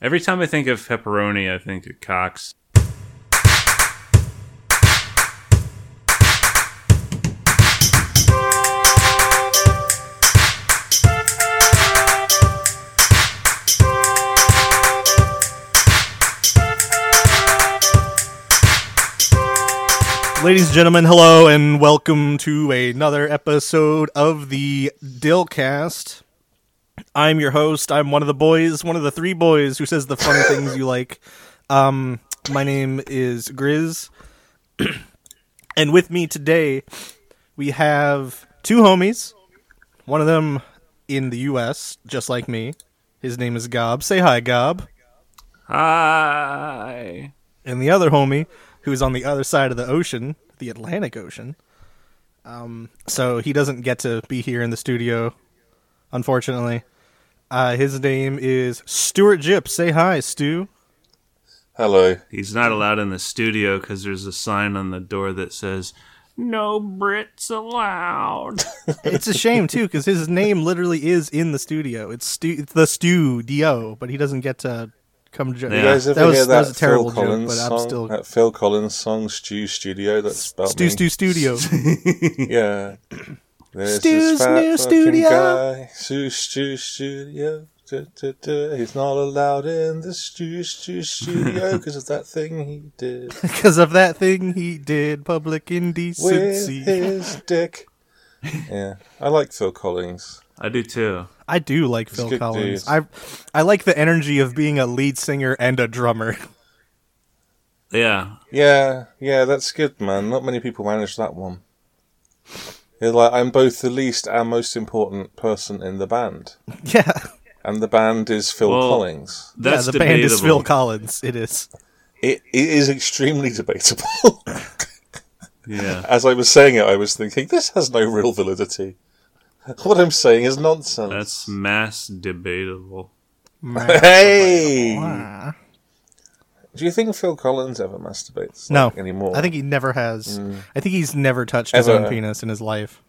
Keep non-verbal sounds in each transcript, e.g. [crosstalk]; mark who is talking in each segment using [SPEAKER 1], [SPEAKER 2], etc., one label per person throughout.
[SPEAKER 1] Every time I think of pepperoni, I think of Cox.
[SPEAKER 2] Ladies and gentlemen, hello and welcome to another episode of the Dillcast. I'm your host. I'm one of the boys, one of the three boys who says the funny things you like. Um, my name is Grizz. [clears throat] and with me today, we have two homies. One of them in the U.S., just like me. His name is Gob. Say hi, Gob.
[SPEAKER 1] Hi.
[SPEAKER 2] and the other homie who's on the other side of the ocean, the Atlantic Ocean. Um, so he doesn't get to be here in the studio, unfortunately. Uh, his name is Stuart Gyp. Say hi, Stu.
[SPEAKER 3] Hello.
[SPEAKER 1] He's not allowed in the studio because there's a sign on the door that says, No Brits allowed.
[SPEAKER 2] It's a shame too, because his name literally is in the studio. It's Stu, it's the Stu Dio, but he doesn't get to come. Jo-
[SPEAKER 1] You
[SPEAKER 3] You guys ever
[SPEAKER 2] that was
[SPEAKER 3] hear
[SPEAKER 2] that was a
[SPEAKER 3] Phil
[SPEAKER 2] terrible joke,
[SPEAKER 3] Collins
[SPEAKER 2] but I'm
[SPEAKER 3] song?
[SPEAKER 2] still
[SPEAKER 3] That Phil Collins song, Stew Studio, that's about
[SPEAKER 2] Stu
[SPEAKER 3] me.
[SPEAKER 2] Stu
[SPEAKER 3] [laughs]
[SPEAKER 2] Studio. [laughs]
[SPEAKER 3] Yeah. There's
[SPEAKER 2] Stu's
[SPEAKER 3] this fat
[SPEAKER 2] new
[SPEAKER 3] fucking
[SPEAKER 2] studio.
[SPEAKER 3] guy, Stew Stew Studio. duh, duh, duh. He's not allowed in the Stew Stew Studio
[SPEAKER 2] [laughs]
[SPEAKER 3] because of that thing he did
[SPEAKER 2] Because of that thing he did, public
[SPEAKER 3] with
[SPEAKER 2] indecency.
[SPEAKER 3] his dick. Yeah, I like Phil Collins.
[SPEAKER 1] I do too.
[SPEAKER 2] I do like Phil
[SPEAKER 3] good
[SPEAKER 2] Collins.
[SPEAKER 3] dudes.
[SPEAKER 2] I I like the energy of being a lead singer and a drummer. [laughs]
[SPEAKER 1] Yeah.
[SPEAKER 3] Yeah, yeah, that's good, man. Not many people manage that one. You're like, I'm both the least and most important person in the band.
[SPEAKER 2] yeah.
[SPEAKER 3] And the band is Phil
[SPEAKER 1] Well-
[SPEAKER 3] Collins.
[SPEAKER 1] That's
[SPEAKER 2] yeah, the
[SPEAKER 1] debatable.
[SPEAKER 2] band is Phil Collins. It
[SPEAKER 3] [laughs]
[SPEAKER 2] is.
[SPEAKER 3] It, it is extremely debatable. [laughs]
[SPEAKER 1] yeah.
[SPEAKER 3] As I was saying it, I was thinking, this has no real validity. What I'm saying is nonsense.
[SPEAKER 1] That's mass debatable.
[SPEAKER 3] hey!
[SPEAKER 2] Ah.
[SPEAKER 3] Do you think Phil Collins ever masturbates?
[SPEAKER 2] no.
[SPEAKER 3] like, anymore? Mm.
[SPEAKER 2] I think he never has. I think he's never touched his
[SPEAKER 3] Ever.
[SPEAKER 2] own penis in his life.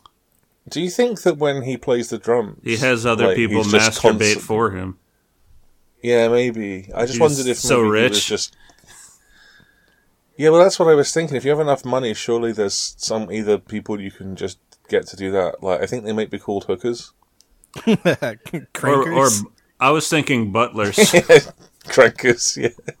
[SPEAKER 2] [laughs]
[SPEAKER 3] Do you think that when he plays the drums,
[SPEAKER 1] He has other
[SPEAKER 3] like,
[SPEAKER 1] people
[SPEAKER 3] he's just
[SPEAKER 1] masturbate
[SPEAKER 3] constant-
[SPEAKER 1] for him.
[SPEAKER 3] Yeah, maybe. I just
[SPEAKER 1] He's
[SPEAKER 3] wondered if
[SPEAKER 1] so
[SPEAKER 3] maybe he
[SPEAKER 1] rich.
[SPEAKER 3] was just. Yeah, well, that's what I was thinking. If you have enough money, surely there's some either people you can just get to do that. Like I think they might be called hookers,
[SPEAKER 1] Or, or
[SPEAKER 2] Crankers. [laughs]
[SPEAKER 1] I was thinking [laughs] butlers.
[SPEAKER 3] crankers. [laughs]
[SPEAKER 2] [laughs]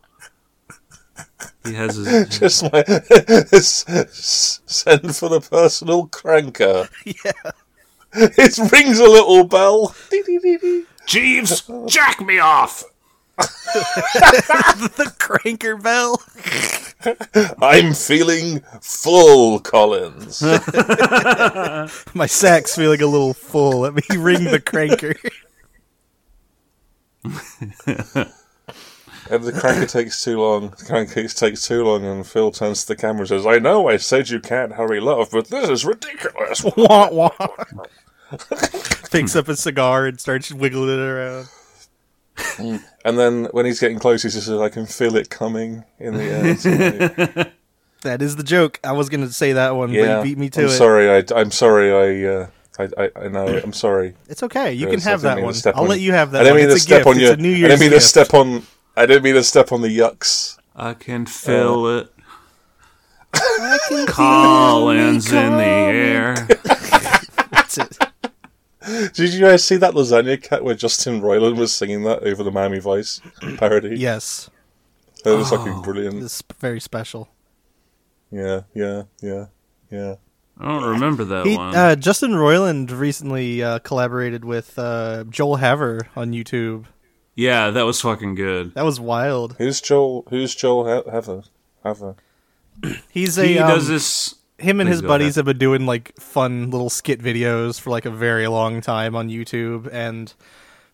[SPEAKER 3] Yeah,
[SPEAKER 1] he has his,
[SPEAKER 3] just like [laughs] s- s- send for the personal
[SPEAKER 2] [laughs]
[SPEAKER 3] cranker. Yeah, [laughs] it rings a little bell. Dee, dee, dee, dee.
[SPEAKER 1] Jeeves, jack me off.
[SPEAKER 2] the cranker bell. [laughs]
[SPEAKER 3] I'm feeling
[SPEAKER 2] [laughs]
[SPEAKER 3] full, Collins.
[SPEAKER 2] My sack's feeling a little full. Let me [laughs] ring the cranker.
[SPEAKER 3] And the cranker takes too long. The cranker takes too long, and Phil turns to the camera and says, "I know I said you can't hurry love, but this is ridiculous." [laughs]
[SPEAKER 2] wah, wah. [laughs] Picks up a cigar and starts wiggling it around.
[SPEAKER 3] And then when he's getting close, he just says, "I can feel it coming in the
[SPEAKER 2] [laughs]
[SPEAKER 3] air." It's like,
[SPEAKER 2] That is the joke. I was going to say that one,
[SPEAKER 3] yeah,
[SPEAKER 2] but you beat me to
[SPEAKER 3] I'm
[SPEAKER 2] it.
[SPEAKER 3] sorry. I, I'm sorry. I, uh, I, I, I know. I'm sorry.
[SPEAKER 2] It's okay. You can
[SPEAKER 3] Yes, I
[SPEAKER 2] have that
[SPEAKER 3] didn't mean to
[SPEAKER 2] one.
[SPEAKER 3] step
[SPEAKER 2] I'll
[SPEAKER 3] on-
[SPEAKER 2] let you have that
[SPEAKER 3] I didn't
[SPEAKER 2] one.
[SPEAKER 3] mean to
[SPEAKER 2] it's a
[SPEAKER 3] step
[SPEAKER 2] gift.
[SPEAKER 3] on
[SPEAKER 2] it's
[SPEAKER 3] your.
[SPEAKER 2] a New
[SPEAKER 3] I
[SPEAKER 2] Year's
[SPEAKER 3] didn't mean
[SPEAKER 2] gift.
[SPEAKER 3] to step on. I didn't mean to step on the yucks.
[SPEAKER 1] I can feel it. Collins in the air.
[SPEAKER 2] That's it.
[SPEAKER 3] Did you guys see that lasagna cat where Justin Roiland was singing that over the
[SPEAKER 2] [clears throat]
[SPEAKER 3] Miami Vice parody?
[SPEAKER 2] Yes,
[SPEAKER 3] that was
[SPEAKER 2] Oh.
[SPEAKER 3] fucking brilliant.
[SPEAKER 2] it's very special.
[SPEAKER 3] Yeah, yeah, yeah, yeah.
[SPEAKER 1] I don't remember that
[SPEAKER 2] He,
[SPEAKER 1] one.
[SPEAKER 2] uh, Justin Roiland recently uh, collaborated with uh, Joel Haver on YouTube.
[SPEAKER 1] yeah, that was fucking good.
[SPEAKER 2] That was wild.
[SPEAKER 3] Who's Joel? Who's Joel he- Heather? Heather.
[SPEAKER 2] He's a
[SPEAKER 1] He
[SPEAKER 2] um,
[SPEAKER 1] does this.
[SPEAKER 2] him and
[SPEAKER 1] Please
[SPEAKER 2] his
[SPEAKER 1] go
[SPEAKER 2] buddies have been doing like fun little skit videos for like a very long time on YouTube and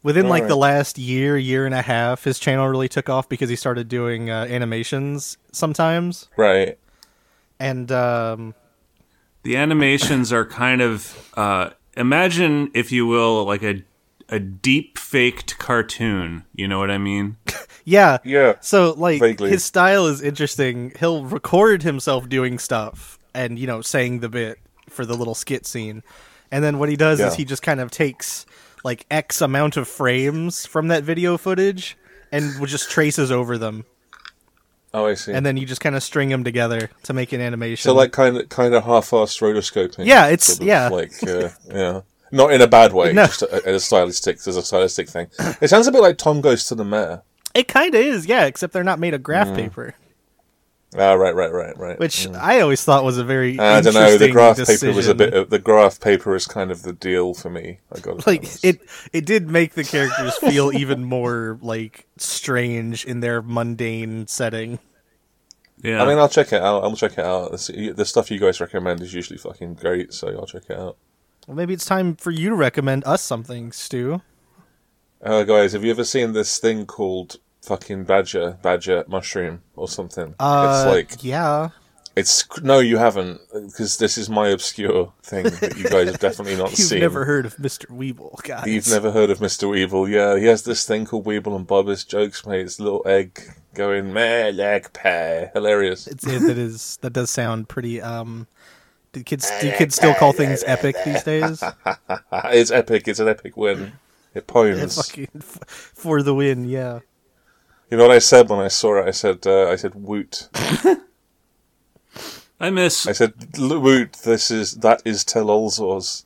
[SPEAKER 2] within like the last year year and a half his channel really took off because he started doing uh, animations sometimes
[SPEAKER 3] Right.
[SPEAKER 2] and um
[SPEAKER 1] The animations are kind of uh, imagine, if you will, like a a deep faked cartoon. You know what I mean?
[SPEAKER 2] yeah
[SPEAKER 3] Yeah.
[SPEAKER 2] So like
[SPEAKER 3] Vaguely.
[SPEAKER 2] his style is interesting. He'll record himself doing stuff and you know saying the bit for the little skit scene. And then what he does is
[SPEAKER 3] Yeah.
[SPEAKER 2] he just kind of takes like X amount of frames from that video footage and and with just traces over them,
[SPEAKER 3] Oh, I see.
[SPEAKER 2] and then you just kind of string them together to make an animation.
[SPEAKER 3] so like kind of kind of half-assed rotoscoping.
[SPEAKER 2] Yeah, it's-
[SPEAKER 3] sort of,
[SPEAKER 2] yeah.
[SPEAKER 3] like uh, yeah, not in a bad way.
[SPEAKER 2] No.
[SPEAKER 3] Just a- as a stylistic as a stylistic thing. It sounds a bit like Tom goes to the mayor.
[SPEAKER 2] it kind of is, yeah. Except they're not made of graph paper,
[SPEAKER 3] Ah, right, right, right, right.
[SPEAKER 2] which I always thought was a very
[SPEAKER 3] I don't
[SPEAKER 2] interesting
[SPEAKER 3] know. The graph
[SPEAKER 2] decision.
[SPEAKER 3] paper was a bit. Of, the graph paper is kind of the deal for me. I got to
[SPEAKER 2] like it it did make the characters feel even more like strange in their mundane setting
[SPEAKER 1] Yeah.
[SPEAKER 3] I mean, I'll check it out. I'll check it out. The, the stuff you guys recommend is usually fucking great, so I'll check it out.
[SPEAKER 2] well, maybe it's time for you to recommend us something stu
[SPEAKER 3] Uh, guys, have you ever seen this thing called fucking badger, badger mushroom or something?
[SPEAKER 2] uh,
[SPEAKER 3] it's like
[SPEAKER 2] yeah
[SPEAKER 3] it's no, you haven't, because this is my obscure thing that you guys have definitely not
[SPEAKER 2] [laughs] you've
[SPEAKER 3] seen.
[SPEAKER 2] never heard of mr weevil guys
[SPEAKER 3] You've never heard of Mr. Weevil, yeah. He has this thing called Weevil and Bubba's jokes, mate. It's a little egg going, meh, leg, peh. Hilarious.
[SPEAKER 2] it's it, that is that does sound pretty um do kids do kids still call things epic these
[SPEAKER 3] [laughs]
[SPEAKER 2] days
[SPEAKER 3] Uh, It's epic. It's an epic win. It poems.
[SPEAKER 2] Fucking f- for the win yeah
[SPEAKER 3] You know what I said when I saw it? I said, uh, I said, woot.
[SPEAKER 1] I miss
[SPEAKER 3] I said, "L- woot, this is, that is Tel Olzors.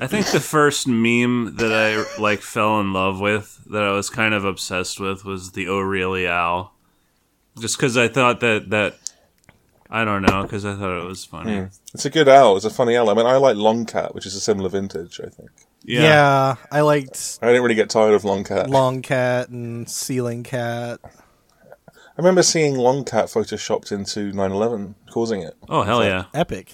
[SPEAKER 1] I think the first meme that I like fell in love with that I was kind of obsessed with was the O'Reilly owl. Just cuz I thought that that I don't know cuz I thought it was funny.
[SPEAKER 3] It's a good owl. It's a funny owl. I mean, I like Long Cat, which is a similar vintage, I think.
[SPEAKER 1] Yeah.
[SPEAKER 2] yeah i liked
[SPEAKER 3] I didn't really get tired of Long Cat.
[SPEAKER 2] long cat and ceiling cat
[SPEAKER 3] I remember seeing Long Cat photoshopped into 9/11, causing it.
[SPEAKER 1] Oh hell yeah.
[SPEAKER 2] epic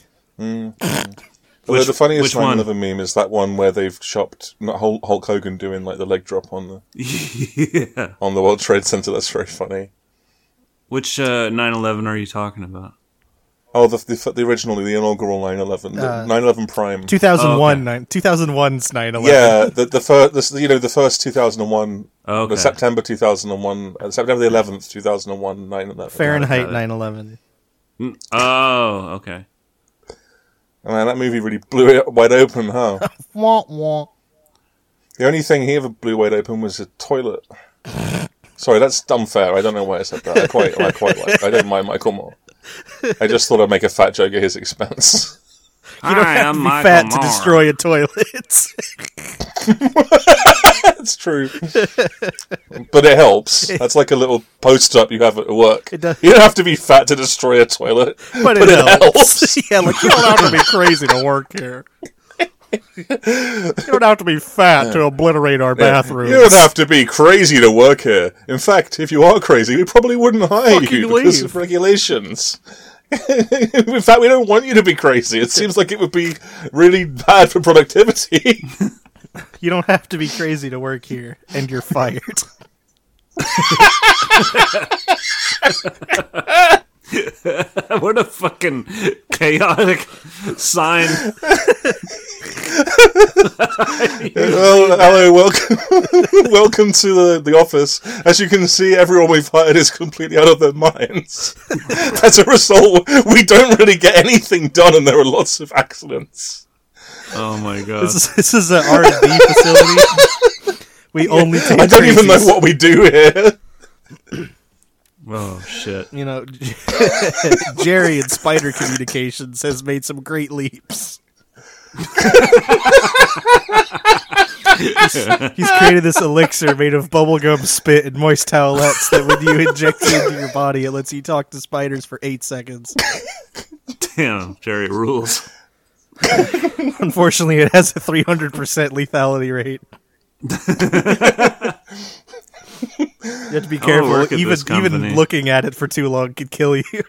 [SPEAKER 3] Although
[SPEAKER 1] Which-
[SPEAKER 3] the funniest
[SPEAKER 1] which one?
[SPEAKER 3] 9/11 meme is that one where they've shopped not Hulk Hulk Hogan doing like the leg drop on the
[SPEAKER 1] [laughs] yeah.
[SPEAKER 3] on the World Trade Center. That's very funny.
[SPEAKER 1] Which uh 9/11 are you talking about?
[SPEAKER 3] Oh, the the, the original, the inaugural 9/11, the
[SPEAKER 2] Uh,
[SPEAKER 3] 9/11 Prime.
[SPEAKER 2] 2001
[SPEAKER 1] Oh, okay.
[SPEAKER 2] nine, 2001's 9 11
[SPEAKER 3] yeah, the the first, you know, the first 2001,
[SPEAKER 1] Okay.
[SPEAKER 2] Oh,
[SPEAKER 3] the September 2001, uh, September the 11th, 2001, 9/11.
[SPEAKER 2] Fahrenheit
[SPEAKER 1] Got it.
[SPEAKER 2] 9 11.
[SPEAKER 1] Oh, okay.
[SPEAKER 3] And man, that movie really blew it wide open, huh?
[SPEAKER 2] [laughs] Wah, wah.
[SPEAKER 3] The only thing he ever blew wide open was a toilet. Sorry, that's unfair. I don't know why I said that. I quite, I quite like. I don't mind Michael Moore. I just thought I'd make a fat joke at his expense. [laughs]
[SPEAKER 1] You
[SPEAKER 2] Don't have to be fat to destroy a toilet.
[SPEAKER 3] That's true, but it helps. That's like a little post up you have at work.
[SPEAKER 2] It does-
[SPEAKER 3] You don't have to be fat to destroy a toilet,
[SPEAKER 2] [laughs] but it helps. yeah, like you don't have to be crazy to work here. You don't have to be fat to obliterate our bathrooms.
[SPEAKER 3] You don't have to be crazy to work here. In fact, if you are crazy, we probably wouldn't hire
[SPEAKER 2] Fucking
[SPEAKER 3] you because
[SPEAKER 2] leave.
[SPEAKER 3] of regulations. [laughs] In fact, we don't want you to be crazy. It seems like it would be really bad for productivity.
[SPEAKER 2] you don't have to be crazy to work here, and you're fired.
[SPEAKER 1] [laughs]
[SPEAKER 3] [laughs]
[SPEAKER 1] what a fucking chaotic sign.
[SPEAKER 3] well, hello, welcome, [laughs] welcome to the, the office. As you can see, everyone we've hired is completely out of their minds. [laughs] As a result, we don't really get anything done, and there are lots of accidents.
[SPEAKER 1] Oh my god.
[SPEAKER 2] this is, this is an R and D facility. We only take
[SPEAKER 3] I don't even know
[SPEAKER 2] crazies.
[SPEAKER 3] what we do here.
[SPEAKER 1] oh shit. [laughs]
[SPEAKER 2] [laughs] you know. Jerry and Spider Communications has made some great leaps. He's created this elixir made of bubblegum spit and moist towelettes that when you inject it into your body, it lets you talk to spiders for eight
[SPEAKER 3] [laughs]
[SPEAKER 2] seconds.
[SPEAKER 1] Damn, Jerry rules.
[SPEAKER 2] Unfortunately, it has a 300% lethality rate. you have to be careful.
[SPEAKER 1] work at
[SPEAKER 2] Even,
[SPEAKER 1] this company.
[SPEAKER 2] even looking at it for too long could kill you.
[SPEAKER 3] [laughs]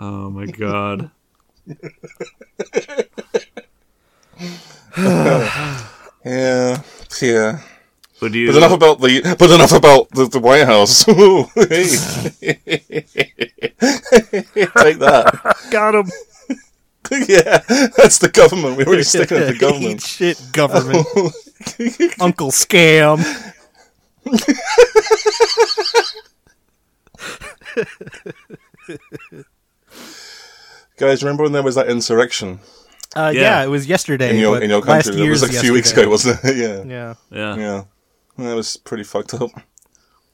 [SPEAKER 1] Oh my god.
[SPEAKER 3] Yeah, yeah.
[SPEAKER 1] Would you
[SPEAKER 3] But enough about the. But enough about the, the White House. [laughs] Ooh, hey. [laughs] Take that. [laughs]
[SPEAKER 2] Got [laughs] him.
[SPEAKER 3] yeah, that's the government. We're really sticking with the
[SPEAKER 2] Eat [laughs]
[SPEAKER 3] government.
[SPEAKER 2] shit,
[SPEAKER 3] [laughs]
[SPEAKER 2] government. Uncle Scam.
[SPEAKER 3] Guys, remember when there was that insurrection
[SPEAKER 2] Uh, yeah.
[SPEAKER 1] Yeah.
[SPEAKER 2] it was yesterday.
[SPEAKER 3] in your
[SPEAKER 2] but
[SPEAKER 3] in your
[SPEAKER 2] last
[SPEAKER 3] country? It
[SPEAKER 2] year's
[SPEAKER 3] was like a few weeks
[SPEAKER 2] yesterday.
[SPEAKER 3] ago, wasn't it? [laughs] yeah.
[SPEAKER 2] Yeah.
[SPEAKER 1] yeah.
[SPEAKER 3] yeah, That was pretty fucked up.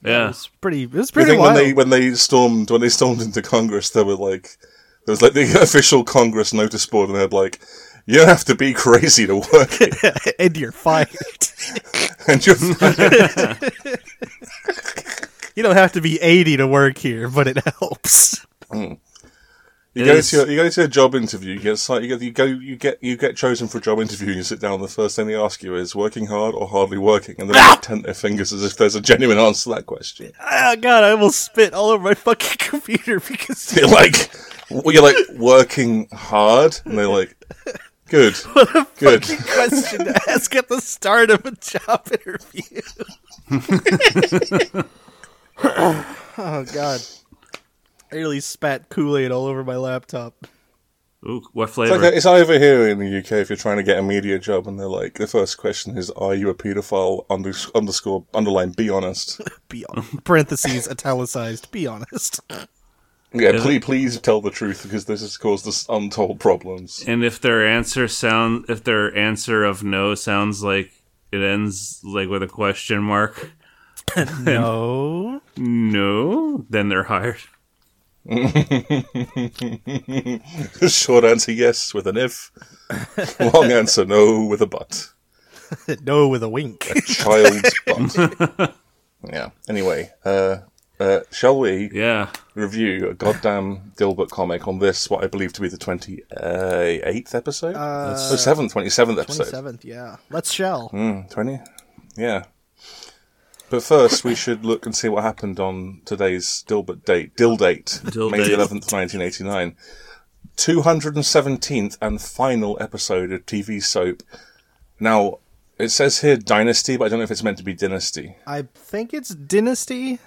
[SPEAKER 1] Yeah.
[SPEAKER 2] It's pretty. It's
[SPEAKER 3] I
[SPEAKER 2] pretty
[SPEAKER 3] think
[SPEAKER 2] wild.
[SPEAKER 3] when they when they stormed when they stormed into Congress, there were like there was like the [laughs] official Congress notice board, and they had like, "You have to be crazy to work here,
[SPEAKER 2] [laughs] and you're fired.
[SPEAKER 3] and
[SPEAKER 2] [laughs]
[SPEAKER 3] you're fired."
[SPEAKER 2] you don't have to be 80 to work here, but it helps.
[SPEAKER 3] you go
[SPEAKER 1] Is-
[SPEAKER 3] to your, you go to a job interview, you get si- you get you go you get you get chosen for a job interview, you sit down. The first thing they ask you is working hard or hardly working, and then
[SPEAKER 1] Ah!
[SPEAKER 3] they tent their fingers as if there's a genuine answer to that question.
[SPEAKER 2] Oh God, I almost spit all over my fucking [laughs] computer because
[SPEAKER 3] You're like, well, you're like working hard, and they're like,
[SPEAKER 1] [laughs]
[SPEAKER 3] "Good, good."
[SPEAKER 2] question to ask at the start of a job interview. [laughs] oh God. I really spat Kool-Aid all over my laptop.
[SPEAKER 1] Ooh, what
[SPEAKER 3] It's,
[SPEAKER 1] flavor?
[SPEAKER 3] like it's over here in the UK if you're trying to get a media job, and they're like, the first question is, "Are you a paedophile?" Under, underscore underline. Be honest.
[SPEAKER 2] Be honest. Parentheses italicized. Be honest.
[SPEAKER 3] Yeah,
[SPEAKER 1] Is
[SPEAKER 3] please, please tell the truth because this has caused us untold problems.
[SPEAKER 1] And if their answer sound if their answer of no sounds like it ends like with a question mark,
[SPEAKER 2] No.
[SPEAKER 1] no, then they're hired.
[SPEAKER 3] Short answer yes with an if. Long answer no with a but.
[SPEAKER 2] No with a wink.
[SPEAKER 3] Child's butt. Yeah. Anyway, uh, uh, shall we
[SPEAKER 1] Yeah.
[SPEAKER 3] review a goddamn Dilbert comic on this? What I believe to be the twenty eighth episode, uh, seventh, twenty seventh episode.
[SPEAKER 2] 27th, yeah. Let's shell.
[SPEAKER 1] Hmm?
[SPEAKER 3] 20? Hmm, Yeah. But first, we should look and see what happened on today's Dilbert date. Dill date.
[SPEAKER 1] Dill
[SPEAKER 3] May
[SPEAKER 1] date.
[SPEAKER 3] the 11th, 1989. 217th and final episode of TV Soap. Now, it says here Dynasty, but I don't know if it's meant to be Dynasty.
[SPEAKER 2] I think it's Dynasty.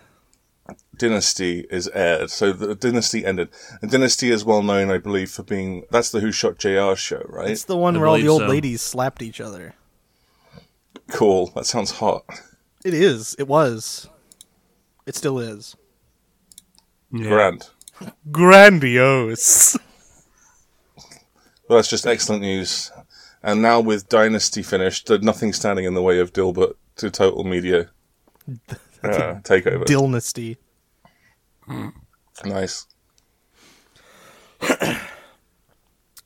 [SPEAKER 3] Dynasty is aired. So the Dynasty ended. And Dynasty is well known, I believe, for being. That's the Who Shot JR show, right?
[SPEAKER 2] It's the one
[SPEAKER 1] I
[SPEAKER 2] where all the
[SPEAKER 1] believe
[SPEAKER 2] old
[SPEAKER 1] so.
[SPEAKER 2] ladies slapped each other.
[SPEAKER 3] cool. That sounds hot.
[SPEAKER 2] It is. It was. It still is.
[SPEAKER 1] Yeah.
[SPEAKER 3] Grand.
[SPEAKER 2] Grandiose.
[SPEAKER 3] Well, that's just excellent news. And now with Dynasty finished, there's nothing standing in the way of Dilbert to
[SPEAKER 2] [laughs]
[SPEAKER 3] Total Media uh, takeover.
[SPEAKER 2] Dillnesty.
[SPEAKER 3] nice.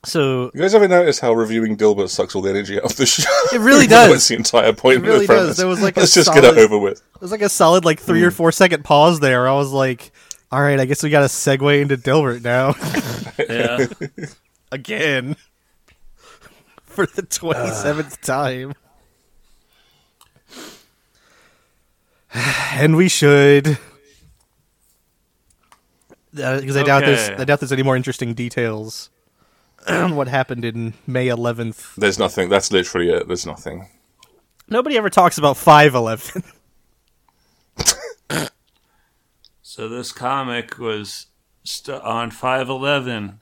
[SPEAKER 2] So
[SPEAKER 3] You guys ever notice how reviewing Dilbert sucks all the energy out of the show?
[SPEAKER 2] It really
[SPEAKER 3] [laughs] Even though
[SPEAKER 2] does.
[SPEAKER 3] It's the entire point
[SPEAKER 2] It really
[SPEAKER 3] of the premise.
[SPEAKER 2] does. There was, like, a
[SPEAKER 3] Let's just get
[SPEAKER 2] solid-
[SPEAKER 3] it over with.
[SPEAKER 2] it was like a solid like three or four second pause there. I was like, all right, I guess we got to segue into Dilbert now
[SPEAKER 1] Yeah.
[SPEAKER 2] [laughs] again [laughs] Ah. for the twenty seventh time. [sighs] And we should. Because I doubt there's,
[SPEAKER 1] Okay.
[SPEAKER 2] I doubt there's any more interesting details [clears throat] on what happened in May 11th,
[SPEAKER 3] There's nothing. That's literally it. There's nothing.
[SPEAKER 2] Nobody ever talks about [laughs] 511.
[SPEAKER 1] So this comic was st- on 511.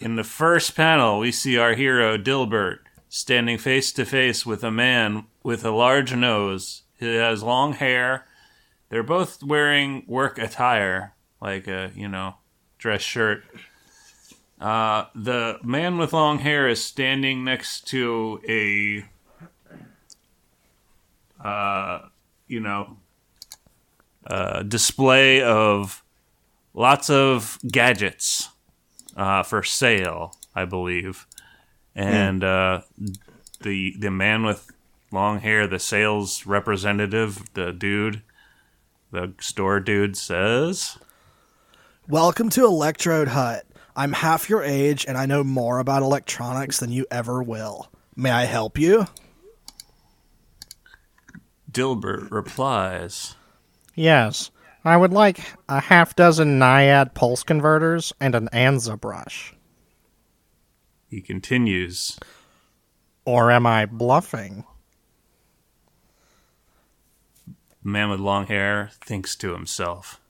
[SPEAKER 1] In the first panel, we see our hero Dilbert standing face to face with a man with a large nose. He has long hair. They're both wearing work attire, like a, you know, dress shirt. Uh, the man with long hair is standing next to a, uh, uh, you know, a display of lots of gadgets uh, for sale, I believe. And
[SPEAKER 4] Hmm.
[SPEAKER 1] uh, the the man with long hair, the sales representative, the dude, the store dude says,
[SPEAKER 4] Welcome to Electrode Hut. I'm half your age and I know more about electronics than you ever will. May I help you?
[SPEAKER 1] Dilbert replies,
[SPEAKER 5] Yes. I would like a half dozen NIAD pulse converters and an ANZA brush.
[SPEAKER 1] he continues,
[SPEAKER 5] Or am I bluffing?
[SPEAKER 1] the man with long hair thinks to himself,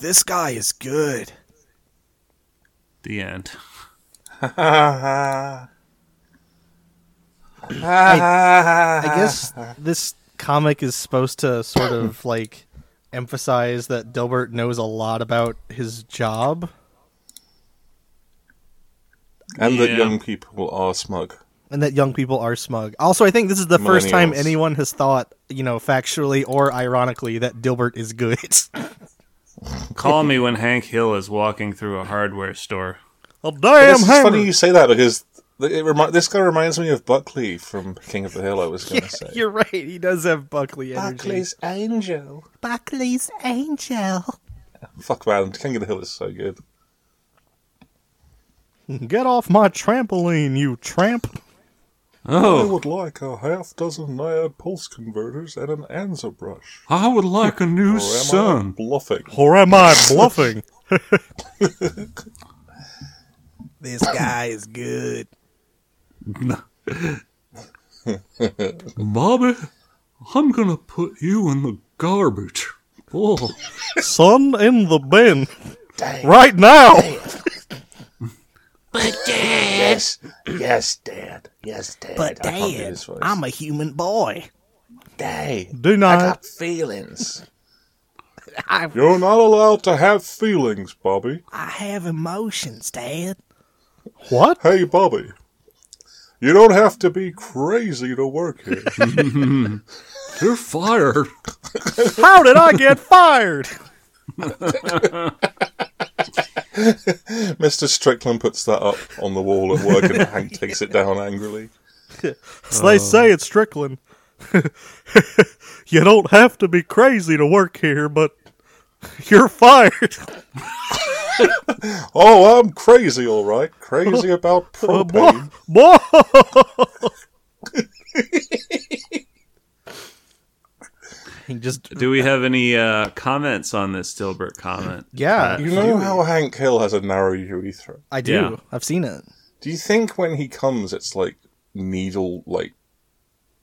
[SPEAKER 4] This guy is good.
[SPEAKER 1] the end.
[SPEAKER 2] I guess this comic is supposed to sort of like emphasize that Dilbert knows a lot about his job.
[SPEAKER 3] And that
[SPEAKER 1] Yeah.
[SPEAKER 3] young people are smug.
[SPEAKER 2] and that young people are smug. Also, I think this is the first time
[SPEAKER 3] Millennials.
[SPEAKER 2] anyone has thought, you know, factually or ironically, that Dilbert is good. [laughs]
[SPEAKER 1] Call me when Hank Hill is walking through a hardware store.
[SPEAKER 2] well, damn,
[SPEAKER 3] It's
[SPEAKER 2] [laughs]
[SPEAKER 3] funny you say that because th- it remi- this guy reminds me of Buckley from King of the Hill. I was
[SPEAKER 2] [laughs]
[SPEAKER 3] going to say.
[SPEAKER 2] You're right. He does have Buckley energy.
[SPEAKER 3] angel.
[SPEAKER 2] Buckley's angel.
[SPEAKER 3] Fuck man, King of the Hill is so good.
[SPEAKER 2] Get off my trampoline, you tramp!
[SPEAKER 3] I
[SPEAKER 1] Oh,
[SPEAKER 3] would like a half dozen Naiad pulse converters and an Anza brush.
[SPEAKER 1] I would like a new
[SPEAKER 3] Or Oh, am I bluffing?
[SPEAKER 2] Or am
[SPEAKER 3] [laughs]
[SPEAKER 2] I bluffing?
[SPEAKER 4] [laughs] This guy is good.
[SPEAKER 1] Bobby, I'm gonna put you in the garbage. Oh,
[SPEAKER 2] Son in the bin. Right now!
[SPEAKER 3] Yes, [clears throat] yes, Dad. Yes, Dad.
[SPEAKER 4] But Dad, I'm a human boy.
[SPEAKER 3] Dad.
[SPEAKER 2] Do not.
[SPEAKER 3] feelings. You're not allowed to have feelings, Bobby.
[SPEAKER 4] I have emotions, Dad.
[SPEAKER 2] What?
[SPEAKER 3] Hey, Bobby. You don't have to be crazy to work here.
[SPEAKER 1] you're fired.
[SPEAKER 2] How did
[SPEAKER 4] [laughs]
[SPEAKER 2] I get fired?
[SPEAKER 3] Mr. Strickland puts that up on the wall at work and Hank takes it down angrily.
[SPEAKER 2] So they say it's Strickland. [laughs] you don't have to be crazy to work here, but you're fired. [laughs]
[SPEAKER 3] Oh, I'm crazy, all right. Crazy about propane.
[SPEAKER 2] Boy! he just
[SPEAKER 1] Do we have any uh, comments on this Dilbert comment?
[SPEAKER 2] yeah,
[SPEAKER 3] You know how Hank Hill has a narrow E urethra?
[SPEAKER 2] I do.
[SPEAKER 1] Yeah.
[SPEAKER 2] I've seen it.
[SPEAKER 3] Do you think when he comes, it's like needle, like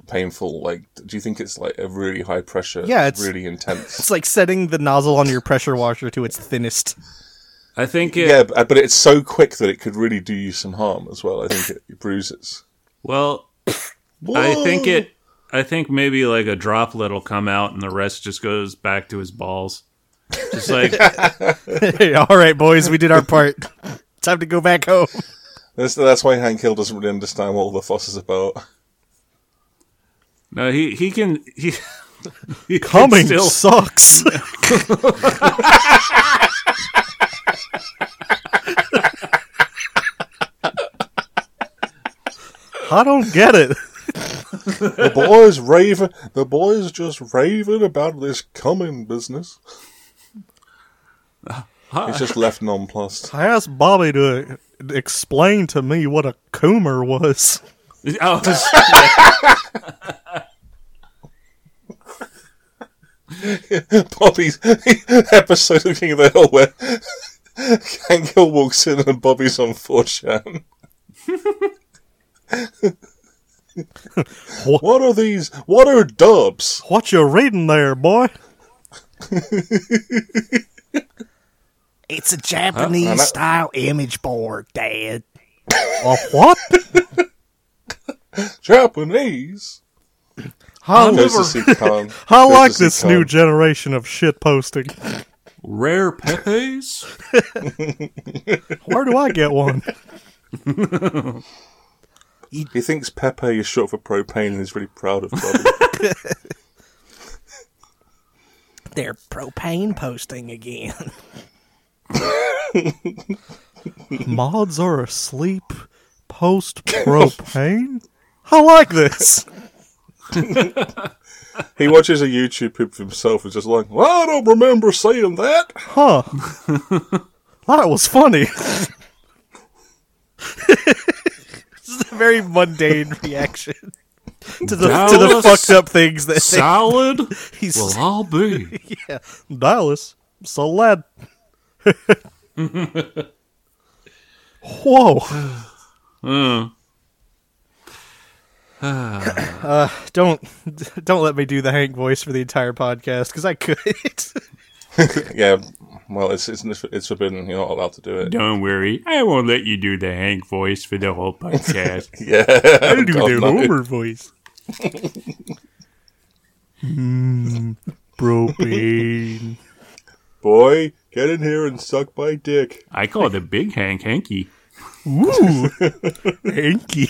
[SPEAKER 3] painful? Like, do you think it's like a really high pressure?
[SPEAKER 2] Yeah, it's-
[SPEAKER 3] really intense.
[SPEAKER 2] It's like setting the nozzle on your pressure washer to its thinnest.
[SPEAKER 1] I think it,
[SPEAKER 3] Yeah, but, but it's so quick that it could really do you some harm as well. I think it bruises.
[SPEAKER 1] Well, I think it. I think maybe like a droplet will come out, and the rest just goes back to his balls. Just like
[SPEAKER 2] [laughs] hey, all right, boys, we did our part. [laughs] Time to go back home.
[SPEAKER 3] That's, that's why Hank Hill doesn't really understand what all the fuss is about.
[SPEAKER 1] no, he he can he. he can
[SPEAKER 2] Coming
[SPEAKER 1] still,
[SPEAKER 2] sucks. I don't get it.
[SPEAKER 3] The boys raving. The boys just raving about this coming business. He's just left nonplussed.
[SPEAKER 2] I asked Bobby to explain to me what a coomer was.
[SPEAKER 1] I was-
[SPEAKER 3] [laughs] Bobby's episode of King of the Hill where Hank Hill walks in and Bobby's
[SPEAKER 2] [laughs]
[SPEAKER 3] on 4chan. what are these? What are dubs?
[SPEAKER 2] What you reading there, boy?
[SPEAKER 4] It's a Japanese style image board, Dad.
[SPEAKER 2] A what?
[SPEAKER 3] Japanese.
[SPEAKER 2] I,
[SPEAKER 3] Goes to
[SPEAKER 2] never-
[SPEAKER 3] see
[SPEAKER 2] [laughs]
[SPEAKER 3] Khan.
[SPEAKER 2] I
[SPEAKER 3] Goes to
[SPEAKER 2] like
[SPEAKER 3] see
[SPEAKER 2] this new
[SPEAKER 3] Khan.
[SPEAKER 2] generation of shit posting.
[SPEAKER 1] rare
[SPEAKER 3] [laughs]
[SPEAKER 1] pepes.
[SPEAKER 2] Where do I get one?
[SPEAKER 3] He thinks Pepe is short for propane and he's really proud of Bobby. [laughs]
[SPEAKER 4] They're propane posting again.
[SPEAKER 2] Mods are asleep post propane? I like this.
[SPEAKER 3] He watches a YouTube clip of himself and just like, well, I don't remember saying that.
[SPEAKER 2] Huh. That was funny. [laughs] this is a very mundane reaction to the to the
[SPEAKER 1] Dallas
[SPEAKER 2] fucked up things that they-
[SPEAKER 1] Salad.
[SPEAKER 3] [laughs]
[SPEAKER 2] he's
[SPEAKER 1] Well, I'll be.
[SPEAKER 2] yeah. Dallas. So lad. Whoa. [sighs] uh, don't don't let me do the Hank voice for the entire podcast because I could.
[SPEAKER 3] Yeah, well, it's it's it's forbidden. You're not allowed to do it.
[SPEAKER 1] [laughs] Don't worry, I won't let you do the Hank voice for the whole podcast.
[SPEAKER 3] [laughs] Yeah,
[SPEAKER 2] [laughs] I do
[SPEAKER 3] God,
[SPEAKER 2] the
[SPEAKER 3] no.
[SPEAKER 2] Homer voice. Hmm, propane.
[SPEAKER 3] Boy, get in here and suck my dick.
[SPEAKER 1] I call it a big Hank Hanky.
[SPEAKER 2] Ooh, [laughs] hanky.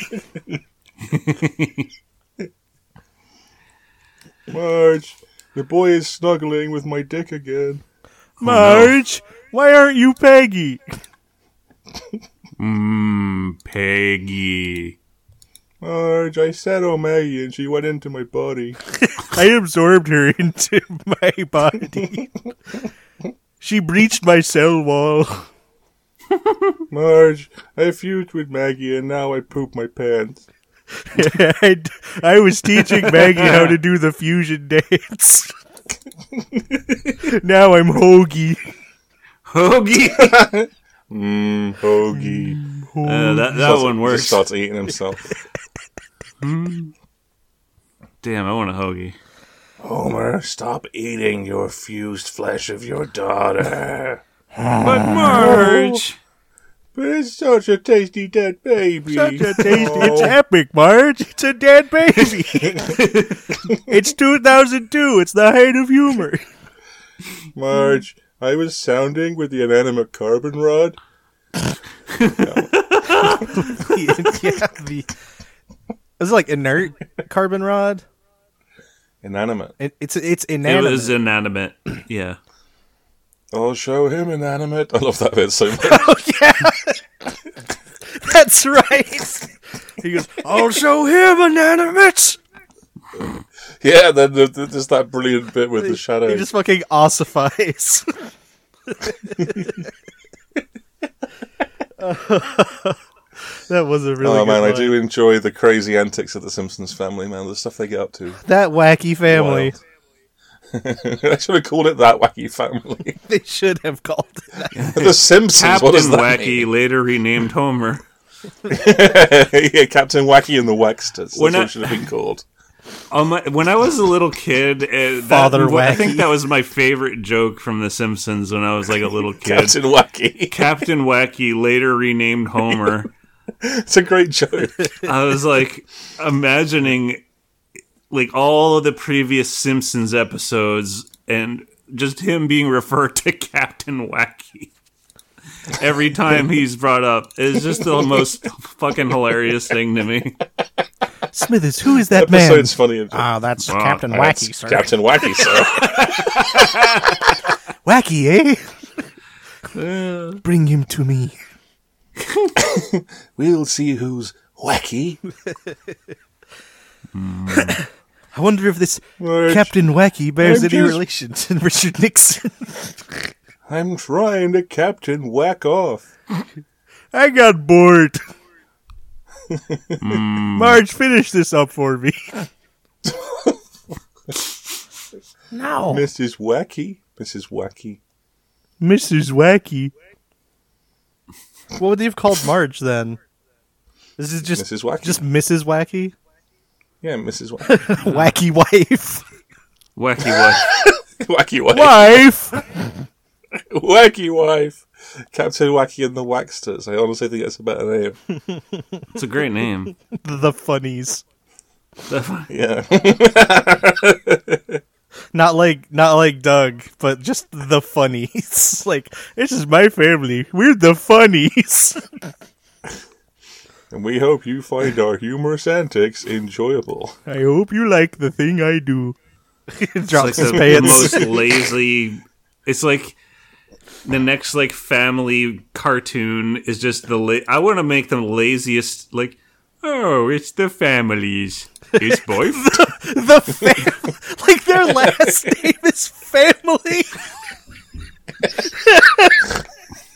[SPEAKER 3] Marge, the boy is snuggling with my dick again.
[SPEAKER 2] Marge, why aren't you Peggy?
[SPEAKER 1] Mm, Peggy.
[SPEAKER 3] Marge, I said oh Maggie and she went into my body.
[SPEAKER 2] I [laughs] absorbed her into my body. she breached my cell wall.
[SPEAKER 3] Marge, I fused with Maggie and now I poop my pants.
[SPEAKER 2] [laughs] I, I was [laughs] teaching Maggie how to do the fusion dance. [laughs] now I'm hoagie.
[SPEAKER 1] Hoagie.
[SPEAKER 3] Mmm, hoagie.
[SPEAKER 1] Uh, that that
[SPEAKER 3] Starts-
[SPEAKER 1] one
[SPEAKER 3] Just
[SPEAKER 1] works.
[SPEAKER 3] starts eating himself.
[SPEAKER 1] Damn, I want a hoagie.
[SPEAKER 3] [laughs] Homer, stop eating your fused flesh of your daughter.
[SPEAKER 2] Uh,
[SPEAKER 1] But Marge.
[SPEAKER 3] [laughs] But it's such a tasty dead baby. Oh,
[SPEAKER 2] Such a taste. It's epic, Marge. It's a dead [laughs] baby. it's 2002. It's the height of humor.
[SPEAKER 3] Marge, I was sounding with the inanimate carbon rod.
[SPEAKER 2] [laughs] yeah, the, it's like inert carbon rod.
[SPEAKER 3] Inanimate.
[SPEAKER 2] It, it's it's
[SPEAKER 1] It
[SPEAKER 2] inanimate.
[SPEAKER 1] was inanimate. [clears throat] Yeah.
[SPEAKER 3] I'll Oh, show him inanimate. [laughs] I love that bit so much. [laughs]
[SPEAKER 2] [laughs] That's right. He goes, I'll show him inanimate.
[SPEAKER 3] yeah, then the, the, just that brilliant bit with the
[SPEAKER 2] He
[SPEAKER 3] shadows.
[SPEAKER 2] just fucking ossifies. [laughs] that was a really
[SPEAKER 3] oh
[SPEAKER 2] good
[SPEAKER 3] man, I
[SPEAKER 2] line.
[SPEAKER 3] do enjoy the crazy antics of the Simpsons family, man. The stuff they get up to.
[SPEAKER 2] That wacky family.
[SPEAKER 3] Wild. I [laughs] should have called it that wacky family.
[SPEAKER 2] [laughs]
[SPEAKER 3] [laughs]
[SPEAKER 2] They should have called it that.
[SPEAKER 3] the Simpsons. what does
[SPEAKER 1] Captain
[SPEAKER 3] that
[SPEAKER 1] Wacky,
[SPEAKER 3] mean?
[SPEAKER 1] later renamed Homer.
[SPEAKER 3] [laughs] yeah, Captain Wacky and the Wexters. That's
[SPEAKER 1] We're
[SPEAKER 3] what
[SPEAKER 1] not-
[SPEAKER 3] it should have been called.
[SPEAKER 1] Oh my, when I was a little kid, uh, that-
[SPEAKER 2] Father
[SPEAKER 1] I
[SPEAKER 2] Wacky.
[SPEAKER 1] think that was my favorite joke from The Simpsons when I was like a
[SPEAKER 3] [laughs]
[SPEAKER 1] little kid. Captain,
[SPEAKER 3] Captain Wacky. [laughs]
[SPEAKER 1] Wacky, later renamed Homer.
[SPEAKER 3] It's a great [laughs] joke.
[SPEAKER 1] I was like imagining like all of the previous Simpsons episodes and just him being referred to [laughs] Captain Wacky every time he's brought up is just the most fucking hilarious thing to me.
[SPEAKER 2] Smithers, who is that man?
[SPEAKER 3] Episode's funny.
[SPEAKER 5] Ah, that's
[SPEAKER 1] Wow,
[SPEAKER 5] Captain
[SPEAKER 3] That's
[SPEAKER 5] Wacky, sir.
[SPEAKER 3] Captain Wacky, sir.
[SPEAKER 2] Wacky,
[SPEAKER 3] [laughs]
[SPEAKER 2] eh? Bring him to me.
[SPEAKER 3] we'll see who's [laughs] wacky.
[SPEAKER 2] I wonder if this
[SPEAKER 3] Marge.
[SPEAKER 2] Captain Wacky bears
[SPEAKER 3] I'm
[SPEAKER 2] any
[SPEAKER 3] just-
[SPEAKER 2] relation to Richard Nixon. [laughs]
[SPEAKER 3] I'm trying to Captain Whack off.
[SPEAKER 2] I got
[SPEAKER 3] [laughs]
[SPEAKER 2] bored. Marge, finish this up for me.
[SPEAKER 5] No.
[SPEAKER 3] Mrs. Wacky. Mrs. Wacky.
[SPEAKER 2] Mrs. Wacky. What would they have called Marge then? This is just
[SPEAKER 3] Mrs. Wacky.
[SPEAKER 2] just Mrs. Wacky,
[SPEAKER 3] Yeah, Mrs. Wacky.
[SPEAKER 2] wacky wife,
[SPEAKER 1] Wacky Wacky.
[SPEAKER 3] [laughs] wacky wife.
[SPEAKER 2] wife.
[SPEAKER 3] Wacky wife. Captain Wacky and the Waxters. I honestly think that's a better name.
[SPEAKER 1] It's a great name.
[SPEAKER 2] the funnies,
[SPEAKER 3] Yeah.
[SPEAKER 2] not like not like Doug, but just the funnies. [laughs] like this is my family. We're the funnies. [laughs]
[SPEAKER 3] and we hope you find our humorous antics enjoyable.
[SPEAKER 2] I hope you like the thing I do. [laughs] Drops
[SPEAKER 1] It's like the,
[SPEAKER 2] his
[SPEAKER 1] the
[SPEAKER 2] pants. [laughs]
[SPEAKER 1] most lazy. It's like the next like family cartoon is just the. La- I want to make them laziest. Like, oh, it's the families. It's boy.
[SPEAKER 2] the fam- [laughs] like their last name is family.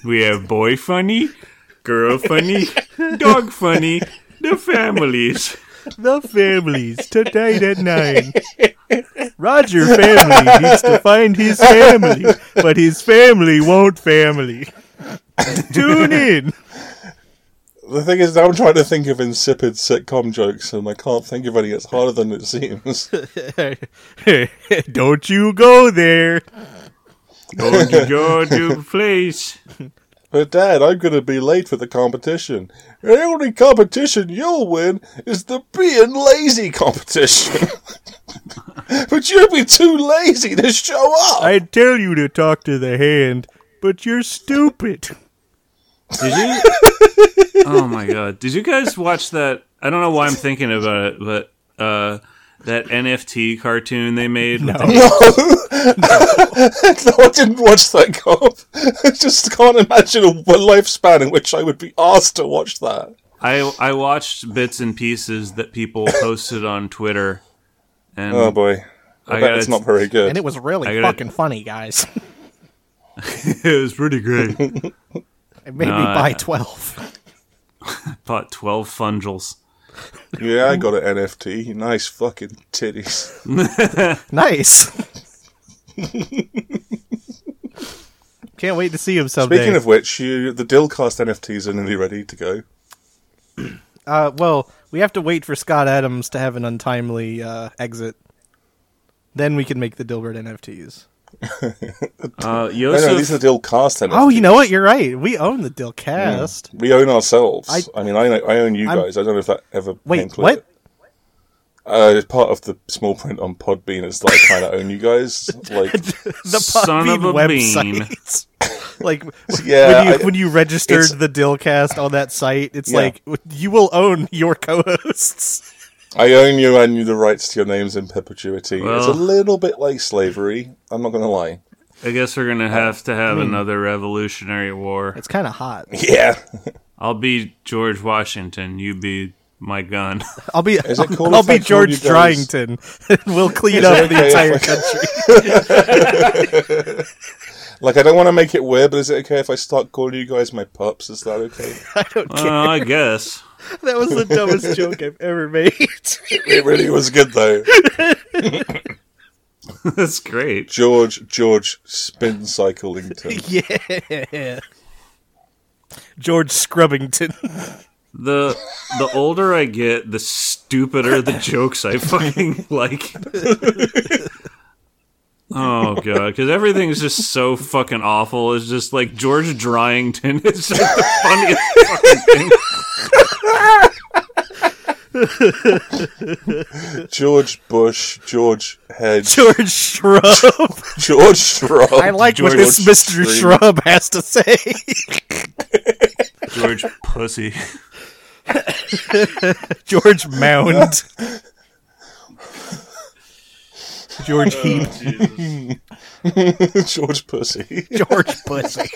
[SPEAKER 1] we have boy funny, girl funny, dog funny. The families.
[SPEAKER 2] The families tonight [laughs] at nine. Roger family needs to find his family, but his family won't family. Tune in. [laughs]
[SPEAKER 3] The thing is, now I'm trying to think of insipid sitcom jokes, and I can't think of any. It's harder than it seems.
[SPEAKER 2] Don't you go there.
[SPEAKER 1] Don't you go to place.
[SPEAKER 3] But Dad, I'm going to be late for the competition. The only competition you'll win is the being lazy competition. [laughs] but you'll be too lazy to show up.
[SPEAKER 2] I tell you to talk to the hand, but you're stupid.
[SPEAKER 1] Did you? oh my god! Did you guys watch that? I don't know why I'm thinking about it, but uh, that NFT cartoon they made. with the-
[SPEAKER 3] no, I didn't watch that cop. [laughs] I just can't imagine a a lifespan in which I would be asked to watch that.
[SPEAKER 1] I I watched bits and pieces that people
[SPEAKER 3] [laughs]
[SPEAKER 1] posted on Twitter, and
[SPEAKER 3] Oh
[SPEAKER 1] I
[SPEAKER 3] boy. I, bet
[SPEAKER 1] gotta-
[SPEAKER 3] it's not very good.
[SPEAKER 2] And it was really
[SPEAKER 1] I gotta-
[SPEAKER 2] fucking funny, guys.
[SPEAKER 1] [laughs]
[SPEAKER 2] [laughs]
[SPEAKER 1] it was pretty great.
[SPEAKER 2] It made me
[SPEAKER 1] No,
[SPEAKER 2] buy
[SPEAKER 1] I-
[SPEAKER 2] 12.
[SPEAKER 1] Bought twelve fungals.
[SPEAKER 3] yeah, I got an NFT. Nice fucking titties.
[SPEAKER 1] [laughs]
[SPEAKER 2] nice. Can't wait to see him someday.
[SPEAKER 3] Speaking of which, you, the Dillcast NFTs are nearly ready to go.
[SPEAKER 2] uh, well, we have to wait for Scott Adams to have an untimely uh, exit. Then we can make the Dilbert NFTs.
[SPEAKER 1] Uh,
[SPEAKER 3] Oh, No,
[SPEAKER 1] Yosef,
[SPEAKER 3] no, these are the Dillcast NFTs.
[SPEAKER 2] Oh, you know what? You're right. We own the Dilcast.
[SPEAKER 3] We own ourselves. I,
[SPEAKER 2] I-
[SPEAKER 3] mean, I, know, I own you
[SPEAKER 2] I'm-
[SPEAKER 3] guys. I don't know if that ever came
[SPEAKER 2] Wait,
[SPEAKER 3] clear.
[SPEAKER 2] what?
[SPEAKER 3] Uh, it's part of the small print on Podbean. It's like kind of own
[SPEAKER 2] [laughs]
[SPEAKER 3] you guys. Like,
[SPEAKER 2] The
[SPEAKER 1] Son of
[SPEAKER 2] Podbean
[SPEAKER 1] a bean.
[SPEAKER 2] website. [laughs] like w-
[SPEAKER 3] Yeah,
[SPEAKER 2] when you
[SPEAKER 3] I-
[SPEAKER 2] when you registered
[SPEAKER 3] it's-
[SPEAKER 2] the Dilcast on that site, it's
[SPEAKER 3] Yeah.
[SPEAKER 2] like w- you will own your co-hosts.
[SPEAKER 3] I own you and you the rights to your names in perpetuity. it's a
[SPEAKER 1] Well-
[SPEAKER 3] little bit like slavery. I'm not going to lie. [laughs]
[SPEAKER 1] I guess we're gonna have to have another revolutionary war.
[SPEAKER 2] It's kind of
[SPEAKER 3] [laughs]
[SPEAKER 2] hot.
[SPEAKER 3] Yeah.
[SPEAKER 1] I'll be George Washington. You be my gun.
[SPEAKER 2] I'll be
[SPEAKER 3] Is it cool
[SPEAKER 2] I'll
[SPEAKER 3] if I
[SPEAKER 2] be
[SPEAKER 3] call
[SPEAKER 2] George
[SPEAKER 3] you guys-
[SPEAKER 2] Dryington. [laughs] we'll clean
[SPEAKER 3] [laughs]
[SPEAKER 2] up the
[SPEAKER 3] okay if I-
[SPEAKER 2] entire country.
[SPEAKER 3] Like, I don't want to make it weird, but is it okay if I start calling you guys my pups? Is that okay?
[SPEAKER 2] [laughs]
[SPEAKER 1] [laughs] Uh, I guess.
[SPEAKER 2] That was the dumbest joke I've ever made. [laughs]
[SPEAKER 3] it really was good, though.
[SPEAKER 1] That's great.
[SPEAKER 3] George, George,
[SPEAKER 2] [laughs]
[SPEAKER 3] spin cyclington.
[SPEAKER 2] yeah. George Scrubbington.
[SPEAKER 1] The the older I get, the stupider the jokes I fucking like. Oh god, because everything's just so fucking awful. It's just like George Dryington is just the funniest fucking thing.
[SPEAKER 3] George Bush, George
[SPEAKER 2] [laughs]
[SPEAKER 3] Hedge,
[SPEAKER 2] George Shrub.
[SPEAKER 3] George Shrub.
[SPEAKER 2] I like
[SPEAKER 3] George
[SPEAKER 2] what this Mr.
[SPEAKER 3] Street.
[SPEAKER 2] Shrub has to say.
[SPEAKER 1] George Pussy.
[SPEAKER 2] [laughs] George Mound. George
[SPEAKER 3] Oh,
[SPEAKER 2] Heap.
[SPEAKER 3] [laughs] George Pussy.
[SPEAKER 2] [laughs] George Pussy.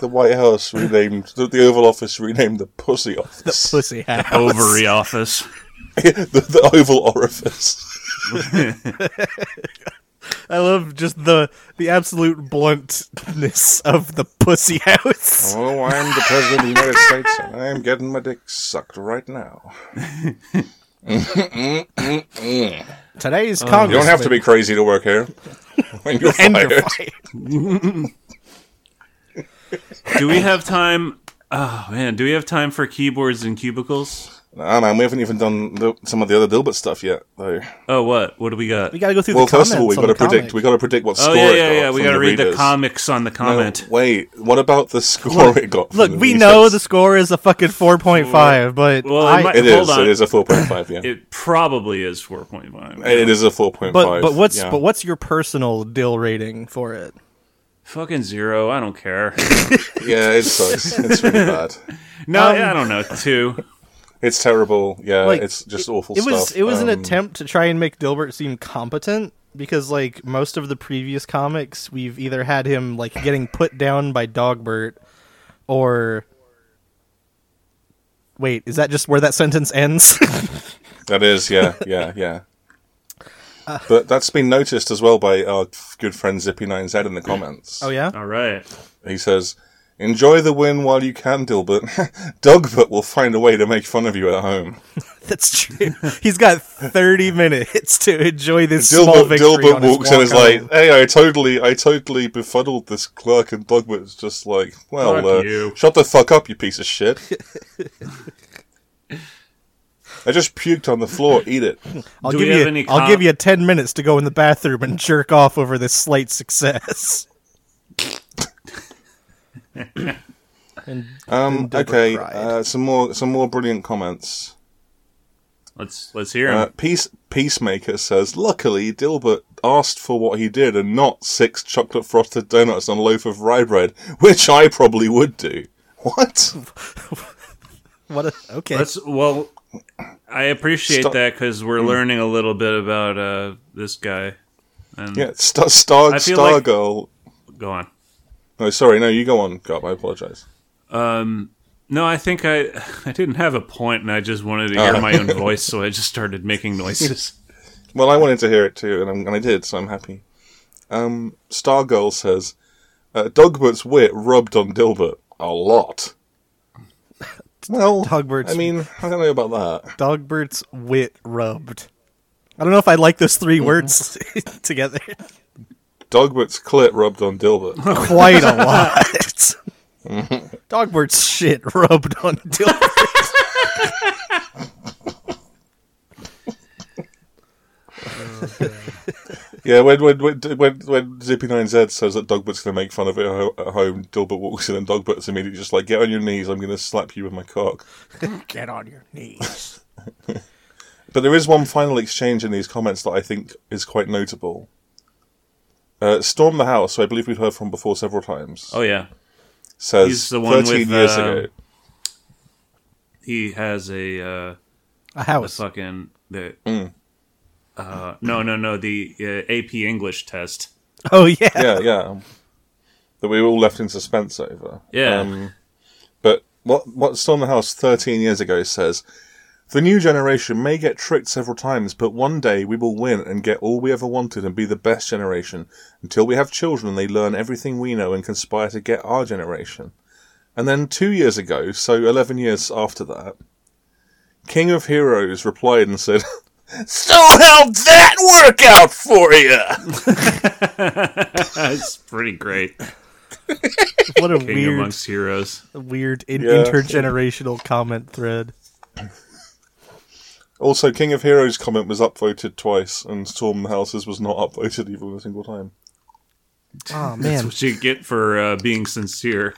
[SPEAKER 3] The White House renamed, the, the Oval Office renamed the Pussy Office.
[SPEAKER 2] [laughs] Pussy House.
[SPEAKER 3] Oh.
[SPEAKER 1] Ovary office.
[SPEAKER 3] [laughs] the, the Oval Orifice.
[SPEAKER 2] I love just the the absolute bluntness of the Pussy House.
[SPEAKER 3] Oh, I'm the President of the United States, and I'm getting my dick sucked right now.
[SPEAKER 2] Oh. Today's
[SPEAKER 3] Uh, You
[SPEAKER 2] Congress.
[SPEAKER 3] don't have to be crazy to work here. When you're
[SPEAKER 2] And
[SPEAKER 3] fired.
[SPEAKER 2] you're fired.
[SPEAKER 1] Do we have time? Oh man, do we have time for keyboards and cubicles?
[SPEAKER 3] Nah, man, we haven't even done the, some of the other Dilbert stuff yet, though.
[SPEAKER 1] Oh, what? What do we got?
[SPEAKER 2] We gotta go through
[SPEAKER 3] Well,
[SPEAKER 2] the comments.
[SPEAKER 3] first of all, we got
[SPEAKER 2] on
[SPEAKER 3] to
[SPEAKER 2] the
[SPEAKER 3] predict.
[SPEAKER 2] comic.
[SPEAKER 3] We got to predict what
[SPEAKER 1] oh
[SPEAKER 3] score
[SPEAKER 1] yeah, yeah,
[SPEAKER 3] it got
[SPEAKER 1] yeah. We
[SPEAKER 3] got
[SPEAKER 1] gotta
[SPEAKER 3] to
[SPEAKER 1] read the comics on the comment.
[SPEAKER 3] Oh, Wait, what about the score it got? from
[SPEAKER 2] Look,
[SPEAKER 3] the
[SPEAKER 2] we know the
[SPEAKER 3] readers?
[SPEAKER 2] score is a fucking 4.5, but
[SPEAKER 1] Well, it
[SPEAKER 2] I,
[SPEAKER 1] might-
[SPEAKER 3] It is.
[SPEAKER 1] Hold on.
[SPEAKER 3] It is a four point five. Yeah,
[SPEAKER 1] It probably is four point five.
[SPEAKER 3] it is a four point
[SPEAKER 2] but
[SPEAKER 3] five.
[SPEAKER 2] but what's
[SPEAKER 3] yeah.
[SPEAKER 2] but what's your personal dill rating for it?
[SPEAKER 1] Fucking zero. I don't care.
[SPEAKER 3] Yeah, it sucks.
[SPEAKER 2] [laughs]
[SPEAKER 3] it's really bad.
[SPEAKER 1] No,
[SPEAKER 2] Um,
[SPEAKER 1] yeah, I don't know. Two.
[SPEAKER 3] It's terrible. Yeah,
[SPEAKER 2] Like,
[SPEAKER 3] it's just awful.
[SPEAKER 2] It was
[SPEAKER 3] stuff.
[SPEAKER 2] it was an
[SPEAKER 3] Um,
[SPEAKER 2] attempt to try and make Dilbert seem competent because like most of the previous comics we've either had him like getting put down by Dogbert or Wait, is that just where that sentence
[SPEAKER 1] [laughs]
[SPEAKER 2] ends?
[SPEAKER 3] That is.
[SPEAKER 2] [laughs]
[SPEAKER 3] Yeah, yeah, yeah.
[SPEAKER 2] Uh.
[SPEAKER 3] But that's been noticed as well by our good friend Zippy9Z
[SPEAKER 2] [clears throat]
[SPEAKER 3] in the comments.
[SPEAKER 2] oh yeah.
[SPEAKER 1] All right.
[SPEAKER 3] He says, Enjoy the win while you can, Dilbert. [laughs] Dogbert will find a way to make fun of you at home.
[SPEAKER 2] That's true. He's got
[SPEAKER 1] [laughs]
[SPEAKER 2] 30 minutes to enjoy this small
[SPEAKER 3] Dilbert,
[SPEAKER 2] victory.
[SPEAKER 3] Dilbert
[SPEAKER 2] on his
[SPEAKER 3] walks in and
[SPEAKER 2] walk
[SPEAKER 3] is
[SPEAKER 2] home.
[SPEAKER 3] like, Hey, I totally I totally befuddled this clerk and Dogbert's just like,
[SPEAKER 1] Fuck
[SPEAKER 3] Well,
[SPEAKER 1] you."
[SPEAKER 3] uh, shut the fuck up, you piece of shit. I just puked on the floor,
[SPEAKER 2] [laughs]
[SPEAKER 3] eat it.
[SPEAKER 2] I'll
[SPEAKER 1] Do
[SPEAKER 2] give
[SPEAKER 1] we have
[SPEAKER 2] you.
[SPEAKER 1] any
[SPEAKER 2] I'll
[SPEAKER 1] com-
[SPEAKER 2] give you ten minutes to go in the bathroom and jerk off over this slight success. [laughs] and
[SPEAKER 3] Um,
[SPEAKER 2] And Dilbert
[SPEAKER 3] okay,
[SPEAKER 2] cried.
[SPEAKER 3] uh, some more some more brilliant comments.
[SPEAKER 1] Let's let's hear him.
[SPEAKER 3] Uh, Peace Peacemaker says, "Luckily, Dilbert asked for what he did and not six chocolate frosted donuts on a loaf of rye bread, which I probably would do. What?
[SPEAKER 2] What? A, okay.
[SPEAKER 1] That's well. I appreciate
[SPEAKER 3] Stop. Mm.
[SPEAKER 1] that because we're learning a little bit about uh, this guy. And
[SPEAKER 3] Yeah, Star Star,
[SPEAKER 1] I feel
[SPEAKER 3] star
[SPEAKER 1] like-
[SPEAKER 3] Girl.
[SPEAKER 1] go on.
[SPEAKER 3] No, sorry, no, you go on, Garb. I apologize.
[SPEAKER 1] No, I think I [laughs] I didn't have a point, and I just wanted to hear
[SPEAKER 3] Uh. [laughs]
[SPEAKER 1] my own voice, so I just started making noises.
[SPEAKER 3] Well, I wanted to hear it too, and, I'm, and I did, so I'm happy. Um, Stargirl says, uh, Dogbert's wit rubbed on Dilbert a lot. Well,
[SPEAKER 2] Dogbert's-
[SPEAKER 3] I mean, I don't know about that.
[SPEAKER 2] Dogbert's wit rubbed. I don't know if I like those three words [laughs] together
[SPEAKER 3] Dogbert's clit rubbed
[SPEAKER 2] [laughs]
[SPEAKER 3] on Dilbert.
[SPEAKER 2] quite a lot. Mm-hmm. Dogbert's shit rubbed on [laughs] Dilbert.
[SPEAKER 3] yeah, when when when when, when Zippy Nine Z says that Dogbert's going to make fun of it at ho- at home, Dilbert walks in and Dogbert's immediately just like, "Get on your knees! I'm going to slap you with my cock."
[SPEAKER 5] Get on your knees.
[SPEAKER 3] But there is one final exchange in these comments that I think is quite notable. Uh, Storm the House, who I believe we've heard from before several times,
[SPEAKER 1] Oh yeah,
[SPEAKER 3] says
[SPEAKER 1] he's the one
[SPEAKER 3] 13
[SPEAKER 1] with,
[SPEAKER 3] years
[SPEAKER 1] uh,
[SPEAKER 3] ago.
[SPEAKER 1] he has a uh,
[SPEAKER 2] A
[SPEAKER 1] the
[SPEAKER 2] house.
[SPEAKER 1] fucking the.
[SPEAKER 3] Mm.
[SPEAKER 1] Uh, no, no, no. The uh, AP English test.
[SPEAKER 2] Oh yeah.
[SPEAKER 3] Yeah, yeah. That we were all left in suspense over.
[SPEAKER 1] Yeah.
[SPEAKER 3] Um, but what what Storm the House 13 years ago says the new generation may get tricked several times, but one day we will win and get all we ever wanted and be the best generation. Until we have children, they learn everything we know and conspire to get our generation. And then two years ago, so 11 years after that, King of Heroes replied and said, [laughs] So how'd that work out for you?
[SPEAKER 1] [laughs] That's pretty great.
[SPEAKER 2] What [laughs] a
[SPEAKER 1] King
[SPEAKER 2] weird,
[SPEAKER 1] amongst heroes.
[SPEAKER 2] weird in-
[SPEAKER 3] Yeah.
[SPEAKER 2] intergenerational comment thread.
[SPEAKER 3] Also, King of Heroes comment was upvoted twice, and Storm the Houses was not upvoted even a single
[SPEAKER 1] [laughs]
[SPEAKER 3] time.
[SPEAKER 2] Oh
[SPEAKER 1] That's
[SPEAKER 2] man,
[SPEAKER 1] what you get for uh, being sincere.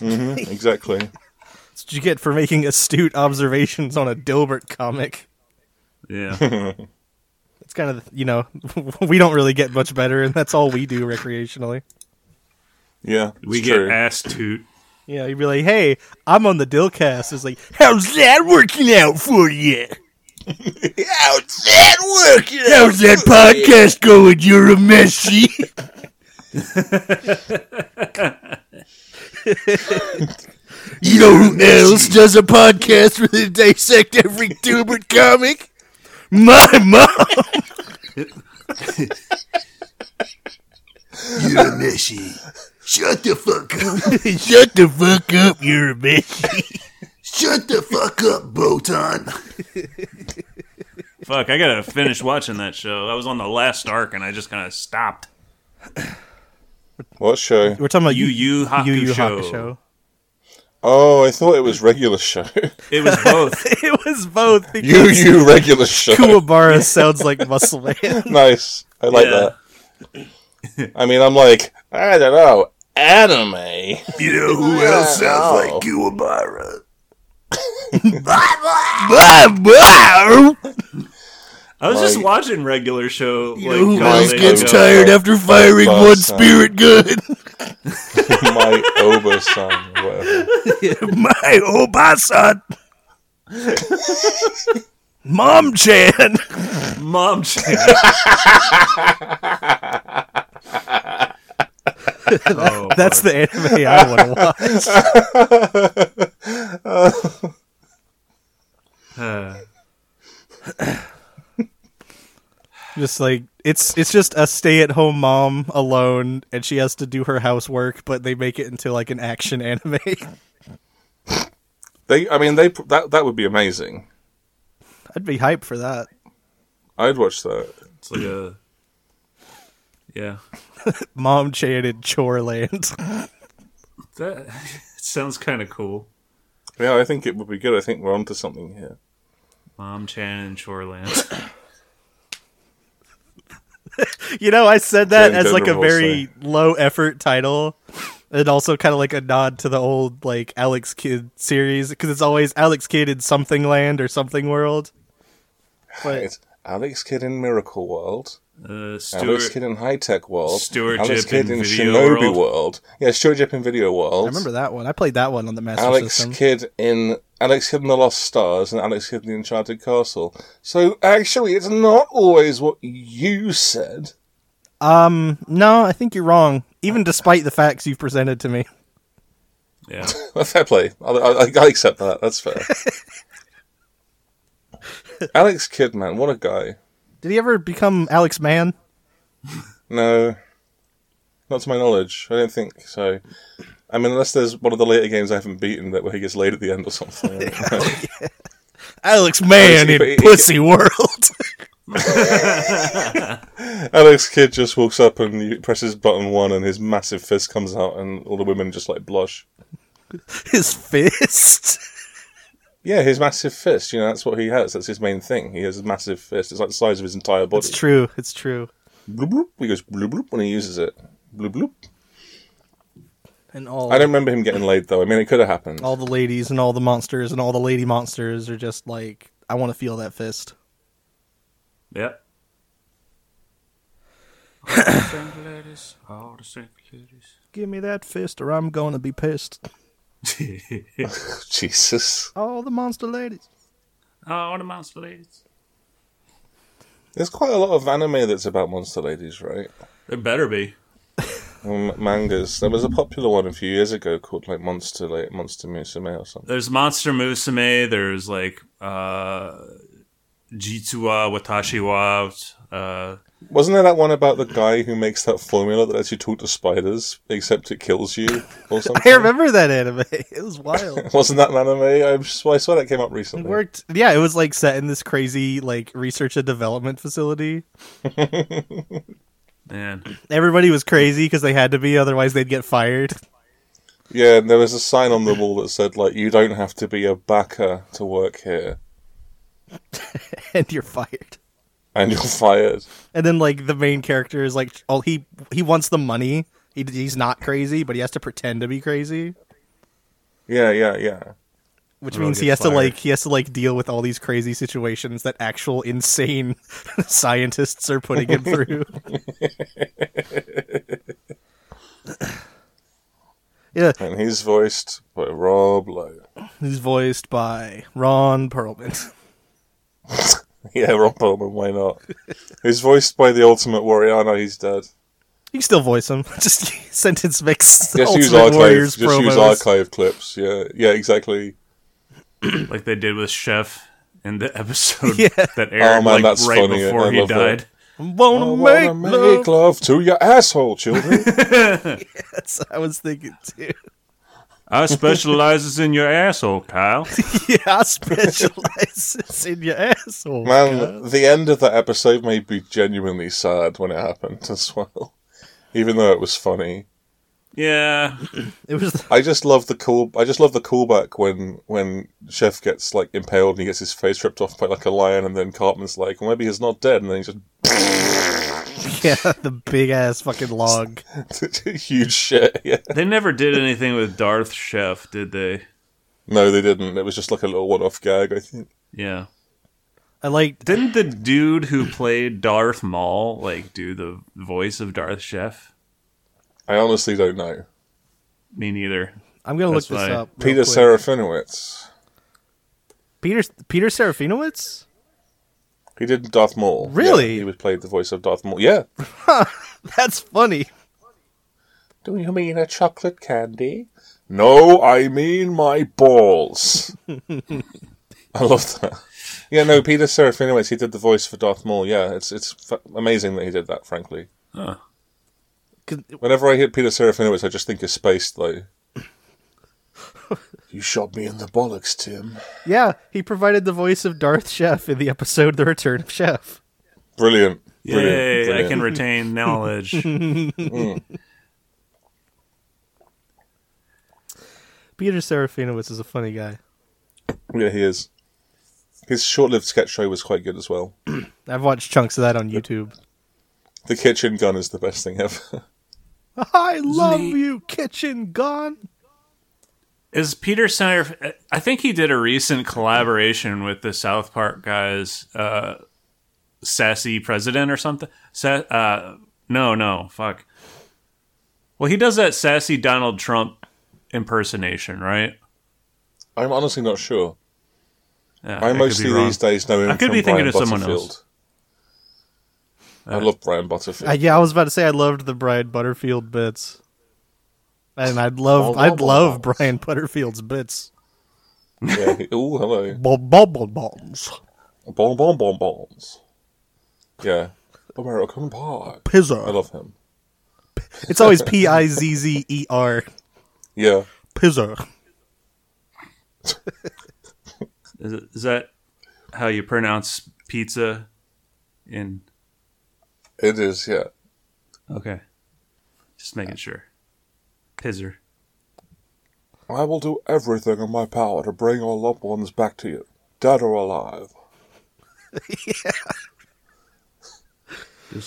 [SPEAKER 3] exactly.
[SPEAKER 2] That's what you get for making astute observations on a Dilbert comic.
[SPEAKER 1] Yeah,
[SPEAKER 2] It's kind of you know [laughs] we don't really get much better, and that's all we do recreationally.
[SPEAKER 3] Yeah,
[SPEAKER 1] we
[SPEAKER 3] it's
[SPEAKER 1] get uh,
[SPEAKER 3] true.
[SPEAKER 1] ass toot.
[SPEAKER 2] Yeah, you'd be like, "Hey, I'm on the Dillcast." It's like, "How's that working out for you?
[SPEAKER 3] How's that working?
[SPEAKER 2] How's that podcast going? You're a messy." you know who
[SPEAKER 6] [laughs]
[SPEAKER 2] else does a podcast where they dissect every Dilbert comic? My
[SPEAKER 6] [laughs]
[SPEAKER 2] mom.
[SPEAKER 6] You're messy. Shut the fuck
[SPEAKER 2] [laughs]
[SPEAKER 6] up.
[SPEAKER 2] Shut the fuck up, you're a bitch.
[SPEAKER 6] Shut the fuck up, Botan.
[SPEAKER 1] Fuck, I gotta finish watching that show. I was on the last arc and I just kind of stopped.
[SPEAKER 3] What show?
[SPEAKER 2] We're talking about
[SPEAKER 1] Yu Yu Hakusho.
[SPEAKER 2] Yu Yu Hakusho.
[SPEAKER 3] Oh, I thought it was regular show. [laughs]
[SPEAKER 1] It was both.
[SPEAKER 2] [laughs] It was
[SPEAKER 6] [laughs]
[SPEAKER 2] both because
[SPEAKER 3] you, you regular show.
[SPEAKER 2] Kuwabara sounds like Muscle Man.
[SPEAKER 6] [laughs]
[SPEAKER 3] Nice. I like
[SPEAKER 1] Yeah.
[SPEAKER 3] that. I mean, I'm like, I don't know, anime.
[SPEAKER 6] You know who else sounds like
[SPEAKER 2] [laughs]
[SPEAKER 6] Kuwabara?
[SPEAKER 1] I was just
[SPEAKER 3] Like-
[SPEAKER 1] watching regular show. Like,
[SPEAKER 6] Who
[SPEAKER 1] how
[SPEAKER 6] else
[SPEAKER 1] they
[SPEAKER 6] gets
[SPEAKER 1] go.
[SPEAKER 6] tired after firing
[SPEAKER 3] Bus
[SPEAKER 6] one
[SPEAKER 3] sound. [laughs]
[SPEAKER 6] spirit gun?
[SPEAKER 3] My Oba-san, whatever.
[SPEAKER 6] [laughs] My
[SPEAKER 2] [laughs]
[SPEAKER 6] Obasan.
[SPEAKER 2] Mom Chan.
[SPEAKER 1] Mom [laughs] Chan. oh,
[SPEAKER 2] That's the anime I want to watch.
[SPEAKER 1] uh,
[SPEAKER 2] Just like it's it's just a stay-at-home mom alone, and she has to do her housework, but they make it into like an action [laughs] anime.
[SPEAKER 3] They, I mean, they pr- that that would be amazing.
[SPEAKER 2] I'd be hype for that.
[SPEAKER 3] I'd watch that.
[SPEAKER 1] it's like a yeah.
[SPEAKER 2] Mom Chan in Choreland.
[SPEAKER 1] That [laughs] it sounds kind of cool.
[SPEAKER 3] Yeah, I think it would be good. I think we're onto something here.
[SPEAKER 1] Mom Chan and Uh, Shoreland.
[SPEAKER 2] You know, I said that
[SPEAKER 3] Jane
[SPEAKER 2] as like a
[SPEAKER 3] Goodall
[SPEAKER 2] very low effort title, and also kind of like a nod to the old like Alex Kidd series because it's always Alex Kidd in something land or something world. But
[SPEAKER 3] It's Alex Kidd in Miracle World,
[SPEAKER 1] Uh,
[SPEAKER 3] Alex
[SPEAKER 1] Stewart,
[SPEAKER 3] Kidd in High Tech World,
[SPEAKER 1] Stuart
[SPEAKER 3] Alex
[SPEAKER 1] Jip
[SPEAKER 3] Kidd
[SPEAKER 1] in
[SPEAKER 3] in
[SPEAKER 1] Video
[SPEAKER 3] Shinobi
[SPEAKER 1] World.
[SPEAKER 3] World. yeah, Stuart Jip in Video World.
[SPEAKER 2] I remember that one. I played that one on the Master
[SPEAKER 3] Alex
[SPEAKER 2] System.
[SPEAKER 3] Kidd in Alex Kidd in the Lost Stars and Alex Kidd in the Enchanted Castle. So actually, it's not always what you said.
[SPEAKER 2] Um, no, I think you're wrong. Even despite the facts you've presented to me,
[SPEAKER 1] yeah.
[SPEAKER 3] Well, fair play. I, I, I accept that. That's fair. Alex Kidd, man, what a guy.
[SPEAKER 2] did he ever become Alex Mann?
[SPEAKER 3] No, not to my knowledge. I don't think so. I mean, unless there's one of the later games I haven't beaten that where he gets laid at the end or something.
[SPEAKER 2] Alex Mann
[SPEAKER 3] in
[SPEAKER 2] Pussy World. [laughs]
[SPEAKER 3] Alex Kidd just walks up and you presses button one, and his massive fist comes out, and all the women just like blush.
[SPEAKER 2] His fist.
[SPEAKER 3] Yeah, his massive fist. You know, that's what he has. That's his main thing. He has his massive fist. It's like the size of his entire body.
[SPEAKER 2] It's true. It's true.
[SPEAKER 3] Bloop, bloop. He goes bloop bloop when he uses it. Bloop bloop.
[SPEAKER 2] And all
[SPEAKER 3] I don't remember him getting laid though. I mean, it could have happened.
[SPEAKER 2] all the ladies and all the monsters and all the lady monsters are just like, I want to feel that fist.
[SPEAKER 1] Yep. [laughs]
[SPEAKER 2] Give me that fist, or I'm going to be pissed.
[SPEAKER 3] [laughs] Jesus.
[SPEAKER 2] All the monster ladies.
[SPEAKER 1] Oh, the monster ladies.
[SPEAKER 3] There's quite a lot of anime that's about monster ladies, right?
[SPEAKER 1] There better be.
[SPEAKER 3] Um, mangas. There was a popular one a few years ago called like Monster, like Monster Musume or something.
[SPEAKER 1] There's Monster Musume. There's like uh, Jitsuwa Watashi wa. Uh,
[SPEAKER 3] Wasn't there that one about the guy who makes that formula that lets you talk to spiders, except it kills you or something?
[SPEAKER 2] [laughs] [laughs] I remember that anime. [laughs] It was wild.
[SPEAKER 3] Wasn't that an anime? I, s- I saw that came up recently.
[SPEAKER 2] It worked. Yeah, it was like set in this crazy like research and development facility.
[SPEAKER 1] man,
[SPEAKER 2] Everybody was crazy because they had to be, otherwise they'd get fired. [laughs]
[SPEAKER 3] Yeah, and there was a sign on the wall that said like, "You don't have to be a backer to work here,
[SPEAKER 2] and you're fired.
[SPEAKER 3] and you're [laughs] fired."
[SPEAKER 2] And then like the main character is like, oh, he he wants the money. He, he's not crazy, but he has to pretend to be crazy,
[SPEAKER 3] Yeah, yeah, yeah.
[SPEAKER 2] which
[SPEAKER 1] Everyone
[SPEAKER 2] means he has
[SPEAKER 1] gets
[SPEAKER 2] to
[SPEAKER 1] fired.
[SPEAKER 2] like he has to like deal with all these crazy situations that actual insane [laughs] scientists are putting him through. yeah,
[SPEAKER 3] And he's voiced by Rob Lowe. [laughs]
[SPEAKER 2] he's voiced by Ron Perlman. [laughs]
[SPEAKER 3] Yeah, Rob Perlman, why not? he's voiced by the Ultimate Warrior. I know he's dead.
[SPEAKER 2] You can still voice him. [laughs] Just sentence mix.
[SPEAKER 3] Just use
[SPEAKER 2] Ultimate
[SPEAKER 3] archive.
[SPEAKER 2] Warriors
[SPEAKER 3] just use
[SPEAKER 2] promos.
[SPEAKER 3] archive clips. Yeah, yeah, exactly.
[SPEAKER 1] like they did with Chef in the [laughs] episode
[SPEAKER 2] Yeah.
[SPEAKER 1] that aired
[SPEAKER 3] Oh, man,
[SPEAKER 1] like
[SPEAKER 3] that's
[SPEAKER 1] right
[SPEAKER 3] funny.
[SPEAKER 1] before
[SPEAKER 3] I
[SPEAKER 1] he
[SPEAKER 3] love that.
[SPEAKER 1] died.
[SPEAKER 2] Wanna
[SPEAKER 3] I
[SPEAKER 2] make
[SPEAKER 3] wanna
[SPEAKER 2] love.
[SPEAKER 3] make love. to your asshole, children.
[SPEAKER 2] [laughs]
[SPEAKER 3] [laughs]
[SPEAKER 2] That's what I was thinking too. [laughs]
[SPEAKER 1] I specializes in your asshole, Kyle.
[SPEAKER 2] Yeah, I [laughs] specializes in your asshole.
[SPEAKER 3] Man, the end of that episode made me genuinely sad when it happened as well. [laughs] Even though it was funny,
[SPEAKER 1] [laughs] Yeah,
[SPEAKER 2] It was [laughs]
[SPEAKER 3] I just love the call. I just love the callback when when Chef gets like impaled and he gets his face ripped off by like a lion, and then Cartman's like, well, "Maybe he's not dead," and then he just
[SPEAKER 2] yeah, the big ass fucking log.
[SPEAKER 3] [laughs] huge shit. Yeah.
[SPEAKER 1] they never did anything with Darth Chef, did they?
[SPEAKER 3] No, they didn't. It was just like a little one-off gag. I think.
[SPEAKER 1] Yeah.
[SPEAKER 2] I like
[SPEAKER 1] Didn't the dude who played Darth Maul like do the voice of Darth Chef?
[SPEAKER 3] I honestly don't know.
[SPEAKER 1] Me neither.
[SPEAKER 2] I'm gonna
[SPEAKER 1] That's
[SPEAKER 2] look this
[SPEAKER 1] why
[SPEAKER 2] up. real
[SPEAKER 3] Peter
[SPEAKER 2] quick.
[SPEAKER 3] Serafinowicz.
[SPEAKER 2] Peter Peter Serafinowicz? [laughs]
[SPEAKER 3] He did Darth Maul.
[SPEAKER 2] Really?
[SPEAKER 3] Yeah, he was played the voice of Darth Maul. Yeah.
[SPEAKER 2] That's funny.
[SPEAKER 3] Do you mean a chocolate candy? No, I mean my [laughs] balls. I love that. Yeah, no, Peter Serafinowicz, he did the voice for Darth Maul. Yeah, it's it's f- amazing that he did that, frankly.
[SPEAKER 1] Huh.
[SPEAKER 2] 'Cause-
[SPEAKER 3] Whenever I hear Peter Serafinowicz, I just think of space, though. you shot me in the bollocks, Tim.
[SPEAKER 2] Yeah, he provided the voice of Darth Chef in the episode The Return of Chef.
[SPEAKER 3] Brilliant. Brilliant.
[SPEAKER 1] Yay, I
[SPEAKER 3] Brilliant.
[SPEAKER 1] can
[SPEAKER 3] [laughs]
[SPEAKER 1] retain knowledge.
[SPEAKER 2] Peter Serafinowicz is a funny guy.
[SPEAKER 3] Yeah, he is. His short-lived sketch show was quite good as well.
[SPEAKER 2] I've watched chunks of that on YouTube.
[SPEAKER 3] The kitchen gun is the best thing ever. [laughs]
[SPEAKER 2] I love you, kitchen gun.
[SPEAKER 1] Is Peter Center? I think he did a recent collaboration with the South Park guys. Uh, sassy president or something. Sa- uh, no, no, fuck. Well, he does that sassy Donald Trump impersonation, right?
[SPEAKER 3] I'm honestly not sure.
[SPEAKER 1] Yeah,
[SPEAKER 3] I
[SPEAKER 1] Uh, could be
[SPEAKER 3] mostly
[SPEAKER 1] wrong.
[SPEAKER 3] these days know him
[SPEAKER 1] I could
[SPEAKER 3] from
[SPEAKER 1] be thinking
[SPEAKER 3] Brian
[SPEAKER 1] of someone
[SPEAKER 3] Butterfield.
[SPEAKER 1] else.
[SPEAKER 3] I love Brian Butterfield.
[SPEAKER 5] Uh, yeah, I was about to say I loved the Brian Butterfield bits, and I'd love
[SPEAKER 3] Bubble
[SPEAKER 5] I'd love
[SPEAKER 3] bombs.
[SPEAKER 5] Brian Butterfield's bits.
[SPEAKER 3] yeah. Oh, hello.
[SPEAKER 5] Bubble bombs,
[SPEAKER 3] Bon bon bon bons. Yeah. American pie. I
[SPEAKER 5] pizzer.
[SPEAKER 3] love him.
[SPEAKER 5] It's always P I Z Z E R,
[SPEAKER 3] Yeah.
[SPEAKER 5] pizzer.
[SPEAKER 1] Is, it- is that how you pronounce pizza? In
[SPEAKER 3] It is, yeah.
[SPEAKER 1] okay, just making sure. Pizzer.
[SPEAKER 3] I will do everything in my power to bring your loved ones back to you, dead or alive.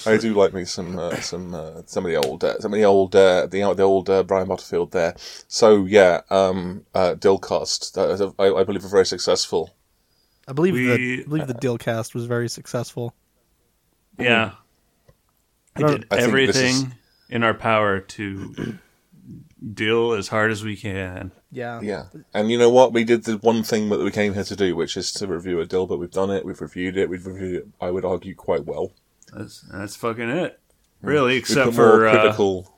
[SPEAKER 3] I do like me some uh, some uh, some of the old uh, some of the old uh, the the old uh, Brian Butterfield there. So yeah, um, uh, Dillcast that is, I, I believe are very successful.
[SPEAKER 5] I believe
[SPEAKER 1] We-
[SPEAKER 5] the I believe the Dillcast was very successful.
[SPEAKER 1] Yeah. We did
[SPEAKER 3] I think this
[SPEAKER 1] everything in our power to deal as hard as we can.
[SPEAKER 5] Yeah.
[SPEAKER 3] Yeah, and you know what? We did the one thing that we came here to do, which is to review a Dill. But we've done it. We've reviewed it. We've reviewed it. I would argue quite well.
[SPEAKER 1] That's that's fucking it. Really,
[SPEAKER 3] We
[SPEAKER 1] except
[SPEAKER 3] put more
[SPEAKER 1] for uh,
[SPEAKER 3] critical.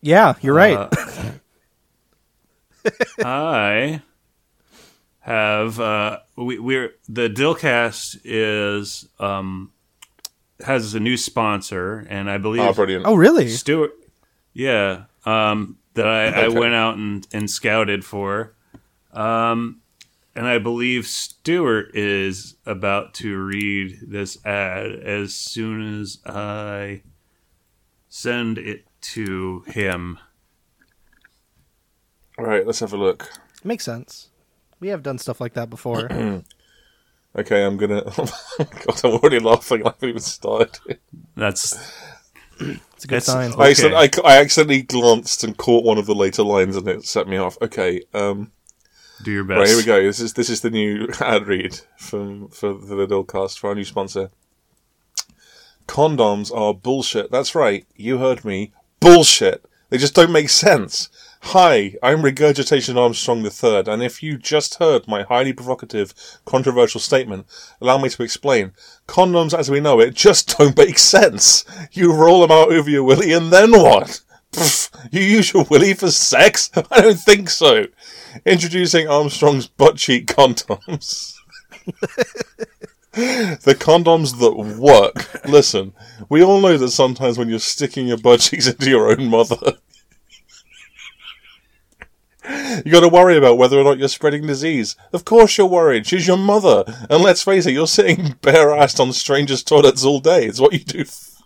[SPEAKER 5] Yeah, you're right.
[SPEAKER 3] Uh,
[SPEAKER 1] I have uh we we're the Dillcast is um has a new sponsor and I believe
[SPEAKER 3] Ah, brilliant.
[SPEAKER 5] oh, really?
[SPEAKER 1] Stewart, Yeah. Um, that I, I went out and, and scouted for. Um, and I believe Stewart is about to read this ad as soon as I send it to him.
[SPEAKER 3] All right, let's have a look.
[SPEAKER 5] Makes sense. We have done stuff like that
[SPEAKER 3] [clears throat]
[SPEAKER 5] before.
[SPEAKER 3] Okay, I'm gonna. [laughs] oh God, I'm already laughing. I haven't even started.
[SPEAKER 1] That's
[SPEAKER 5] It's a good
[SPEAKER 1] That's-
[SPEAKER 3] [laughs]
[SPEAKER 5] sign.
[SPEAKER 1] Okay.
[SPEAKER 3] I, accident- I, I accidentally glanced and caught one of the later lines, and it set me off. Okay, um,
[SPEAKER 1] do your best.
[SPEAKER 3] right here we go. This is this is the new [laughs] ad read from for the Dillcast for our new sponsor. Condoms are bullshit. That's right. You heard me. Bullshit. They just don't make sense. Hi, I'm Regurgitation Armstrong III, and if you just heard my highly provocative, controversial statement, allow me to explain. Condoms as we know it just [laughs] don't make sense. You roll them out over your willy and then what? [laughs] Pff, you use your willy for sex? [laughs] I don't think so. Introducing Armstrong's butt cheek condoms. [laughs] the condoms that work. Listen, we all know that sometimes when you're sticking your butt cheeks into your own mother, you got to worry about whether or not you're spreading disease. Of course you're worried. She's your mother. And let's face it, you're sitting [laughs] bare-assed on strangers' toilets all day. It's what you do. f-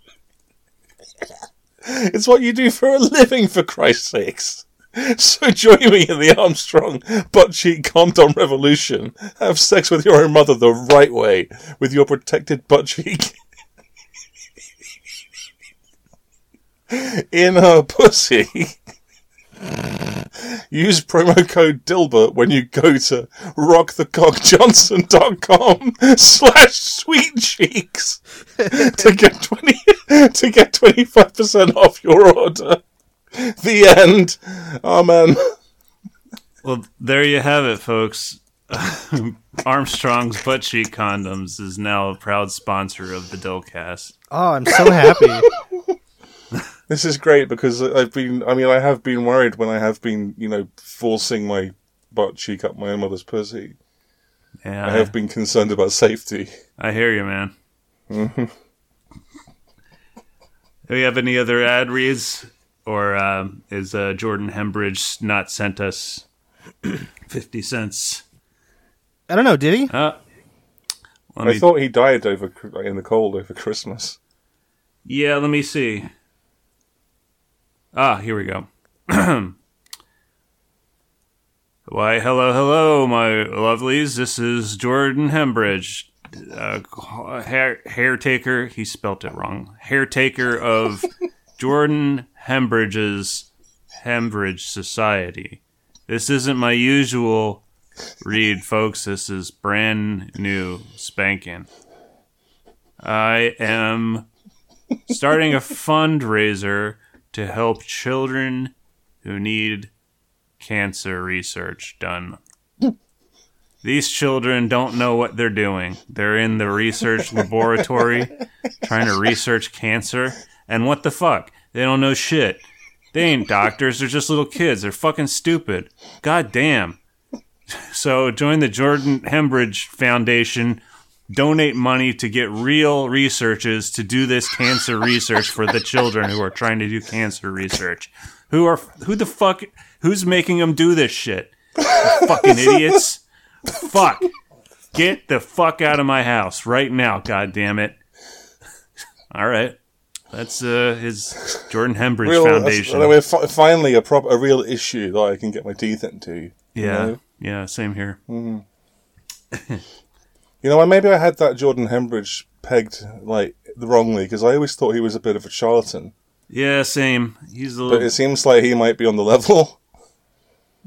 [SPEAKER 3] [laughs] it's what you do for a living, for Christ's sakes. [laughs] So join me in the Armstrong butt cheek condom revolution. Have sex with your own mother the right way, with your protected butt cheek [laughs] in her pussy. [laughs] Use promo code Dilbert when you go to rockthecockjohnson.com [laughs] slash sweet cheeks [laughs] to get twenty [laughs] to get twenty five percent off your order. The end. Amen.
[SPEAKER 1] Well, there you have it, folks. [laughs] Armstrong's butt cheek condoms is now a proud sponsor of the Dillcast.
[SPEAKER 5] Oh, I'm so happy.
[SPEAKER 3] [laughs] This is great because I've been I mean I have been worried when I have been, you know, forcing my butt cheek up my own mother's pussy.
[SPEAKER 1] Yeah,
[SPEAKER 3] I have been concerned about safety.
[SPEAKER 1] I hear you, man. Do we have any other ad reads, or um, is uh, Jordan Hembridge not sent us [clears throat] fifty cents?
[SPEAKER 5] I don't know, did he?
[SPEAKER 1] Uh, let
[SPEAKER 3] I
[SPEAKER 1] me,
[SPEAKER 3] thought he died over in the cold over Christmas.
[SPEAKER 1] yeah, let me see. Ah, here we go. [clears throat] Why, hello, hello, my lovelies. This is Jordan Hembridge, uh, hair, hair taker. He spelt it wrong. Hair taker of Jordan Hembridge's Hembridge Society. This isn't my usual read, folks. This is brand new spanking. I am starting a fundraiser to help children who need cancer research done. These children don't know what they're doing. They're in the research laboratory trying to research cancer. And what the fuck? They don't know shit. They ain't doctors. They're just little kids. They're fucking stupid. God damn. So join the Jordan Hembridge Foundation. Donate money to get real researchers to do this cancer research for the children who are trying to do cancer research. Who are who the fuck? Who's making them do this shit? You fucking idiots! Fuck! Get the fuck out of my house right now! God damn it! All right, that's uh, his Jordan Hembridge
[SPEAKER 3] Real, that's-
[SPEAKER 1] Foundation.
[SPEAKER 3] that way, fi- finally, a prop, a real issue that I can get my teeth into.
[SPEAKER 1] yeah,
[SPEAKER 3] know?
[SPEAKER 1] yeah, same here.
[SPEAKER 3] You know, maybe I had that Jordan Hembridge pegged like wrongly because I always thought he was a bit of a charlatan,
[SPEAKER 1] Yeah, same. He's a
[SPEAKER 3] but
[SPEAKER 1] little.
[SPEAKER 3] it seems like he might be on the [laughs] level.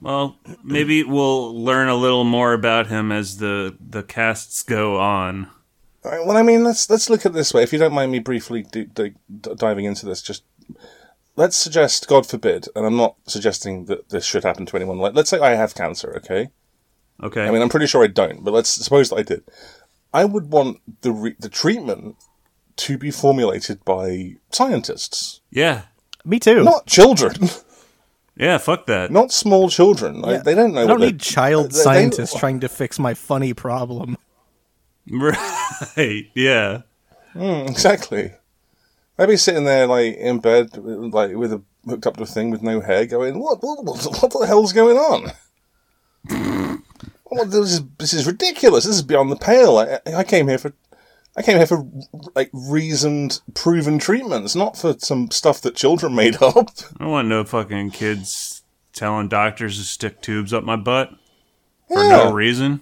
[SPEAKER 1] Well, maybe we'll learn a little more about him as the the casts go on.
[SPEAKER 3] All right, well, I mean, let's let's look at it this way. If you don't mind me briefly d- d- d- diving into this, just let's suggest, God forbid, and I'm not suggesting that this should happen to anyone. Like, let's say I have cancer, okay?
[SPEAKER 1] Okay.
[SPEAKER 3] I mean, I'm pretty sure I don't, but let's suppose that I did. I would want the re- the treatment to be formulated by scientists,
[SPEAKER 1] yeah.
[SPEAKER 5] Me too.
[SPEAKER 3] not children, [laughs]
[SPEAKER 1] Yeah, fuck that.
[SPEAKER 3] not small children. Like, they don't know.
[SPEAKER 5] I
[SPEAKER 3] what
[SPEAKER 5] don't
[SPEAKER 3] they're-
[SPEAKER 5] need child
[SPEAKER 3] they- they-
[SPEAKER 5] scientists trying to fix my funny problem.
[SPEAKER 1] Right. Yeah.
[SPEAKER 3] Exactly. I'd be sitting there like in bed, like with a hooked up to a thing with no hair, going, "What? What, what, what the hell's going on? [laughs] what, this is this is ridiculous. This is beyond the pale. I, I came here for." I came here for like reasoned, proven treatments, not for some stuff that children made [laughs] up.
[SPEAKER 1] I don't want no fucking kids telling doctors to stick tubes up my butt for
[SPEAKER 3] Yeah.
[SPEAKER 1] no reason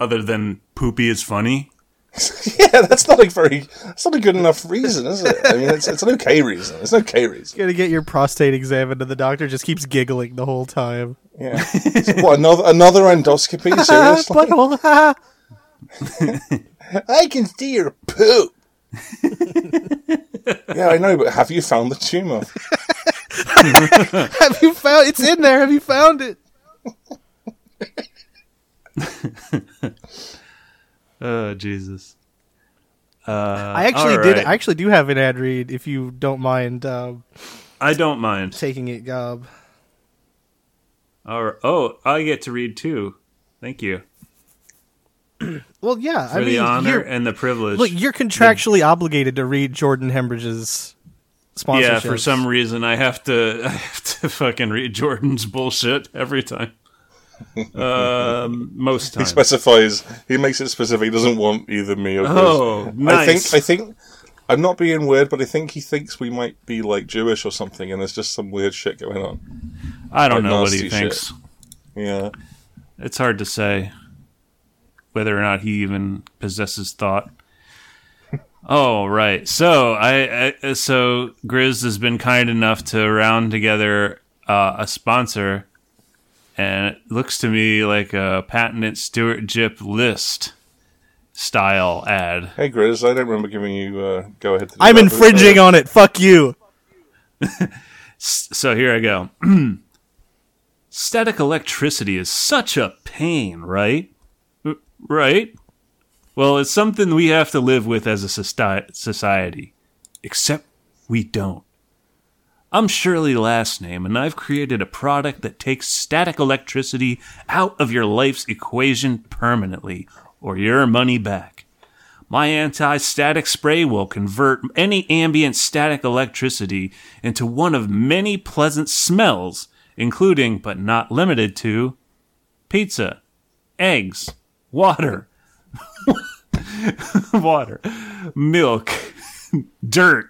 [SPEAKER 1] other than poopy is funny.
[SPEAKER 3] [laughs] yeah, that's not a very, that's not a good enough reason, is it? I mean, it's, it's an okay reason. It's an okay reason.
[SPEAKER 5] Gonna get your prostate examined, and the doctor just keeps giggling the whole time.
[SPEAKER 1] [laughs]
[SPEAKER 3] Yeah. what another another endoscopy?
[SPEAKER 5] [laughs]
[SPEAKER 3] Seriously?
[SPEAKER 5] Butthole.
[SPEAKER 3] I can see your poop. [laughs] yeah, I know, but have you found the tumor?
[SPEAKER 5] Have you found? It's in there. Have you found it?
[SPEAKER 1] Oh, Jesus.
[SPEAKER 5] I actually
[SPEAKER 1] Uh, all
[SPEAKER 5] did.
[SPEAKER 1] right.
[SPEAKER 5] I actually do have an ad read. If you don't mind uh,
[SPEAKER 1] I don't mind.
[SPEAKER 5] taking it, Gob.
[SPEAKER 1] All right. Oh, I get to read too. Thank you
[SPEAKER 5] Well, yeah.
[SPEAKER 1] for
[SPEAKER 5] I
[SPEAKER 1] the
[SPEAKER 5] mean,
[SPEAKER 1] honor
[SPEAKER 5] you're,
[SPEAKER 1] and the privilege.
[SPEAKER 5] look, you're contractually obligated to read Jordan Hembridge's
[SPEAKER 1] yeah,
[SPEAKER 5] sponsorship.
[SPEAKER 1] for some reason I have to [laughs] I have to fucking read Jordan's bullshit every time. Um, most times.
[SPEAKER 3] Specifies. He makes it specific. He doesn't want either me or Chris.
[SPEAKER 1] Oh,
[SPEAKER 3] I think
[SPEAKER 1] nice.
[SPEAKER 3] I think I'm not being weird, but I think he thinks we might be like Jewish or something, and there's just some weird shit going on.
[SPEAKER 1] I don't
[SPEAKER 3] Like
[SPEAKER 1] know what he
[SPEAKER 3] nasty
[SPEAKER 1] thinks.
[SPEAKER 3] Yeah,
[SPEAKER 1] It's hard to say whether or not he even possesses thought. [laughs] Oh right, so I, I so Grizz has been kind enough to round together uh, a sponsor, and it looks to me like a patented Stuart Jip list style ad.
[SPEAKER 3] hey Grizz, I don't remember giving you uh, go ahead. To do
[SPEAKER 5] I'm
[SPEAKER 3] that, but-
[SPEAKER 5] infringing on it. Fuck you.
[SPEAKER 1] So here I go. [clears throat] Static electricity is such a pain, right? R- Right? Well, it's something we have to live with as a soci- society. Except we don't. I'm Shirley Last Name, and I've created a product that takes static electricity out of your life's equation permanently, or your money back. My anti static spray will convert any ambient static electricity into one of many pleasant smells, including, but not limited to, pizza, eggs, water, [laughs] water, milk, dirt,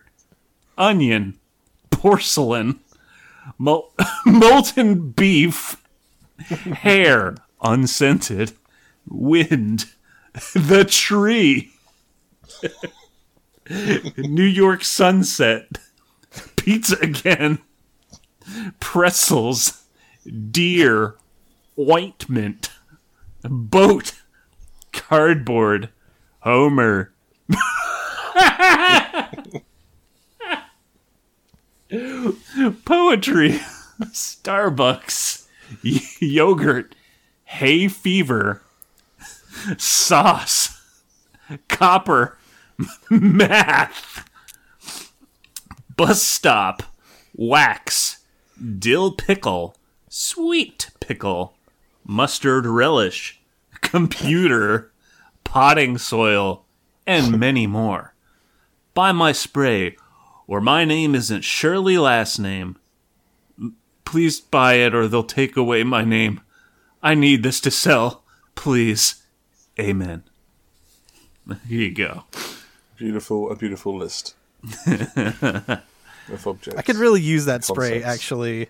[SPEAKER 1] onion, porcelain, mol- [laughs] molten beef, hair, unscented, wind, [laughs] the tree. [laughs] New York sunset, [laughs] pizza again, pretzels, deer, ointment, boat, cardboard, Homer, [laughs] Poetry, [laughs] Starbucks, y- [laughs] yogurt, hay fever, sauce, copper, [laughs] math, bus stop, wax, dill pickle, sweet pickle, mustard relish, computer, potting soil, and many more. Buy my spray, or my name isn't Shirley last name. Please buy it, or they'll take away my name. I need this to sell. Please. Amen. Here you go.
[SPEAKER 3] Beautiful, a beautiful list. With objects.
[SPEAKER 2] I could really use that spray
[SPEAKER 3] Concepts.
[SPEAKER 2] actually.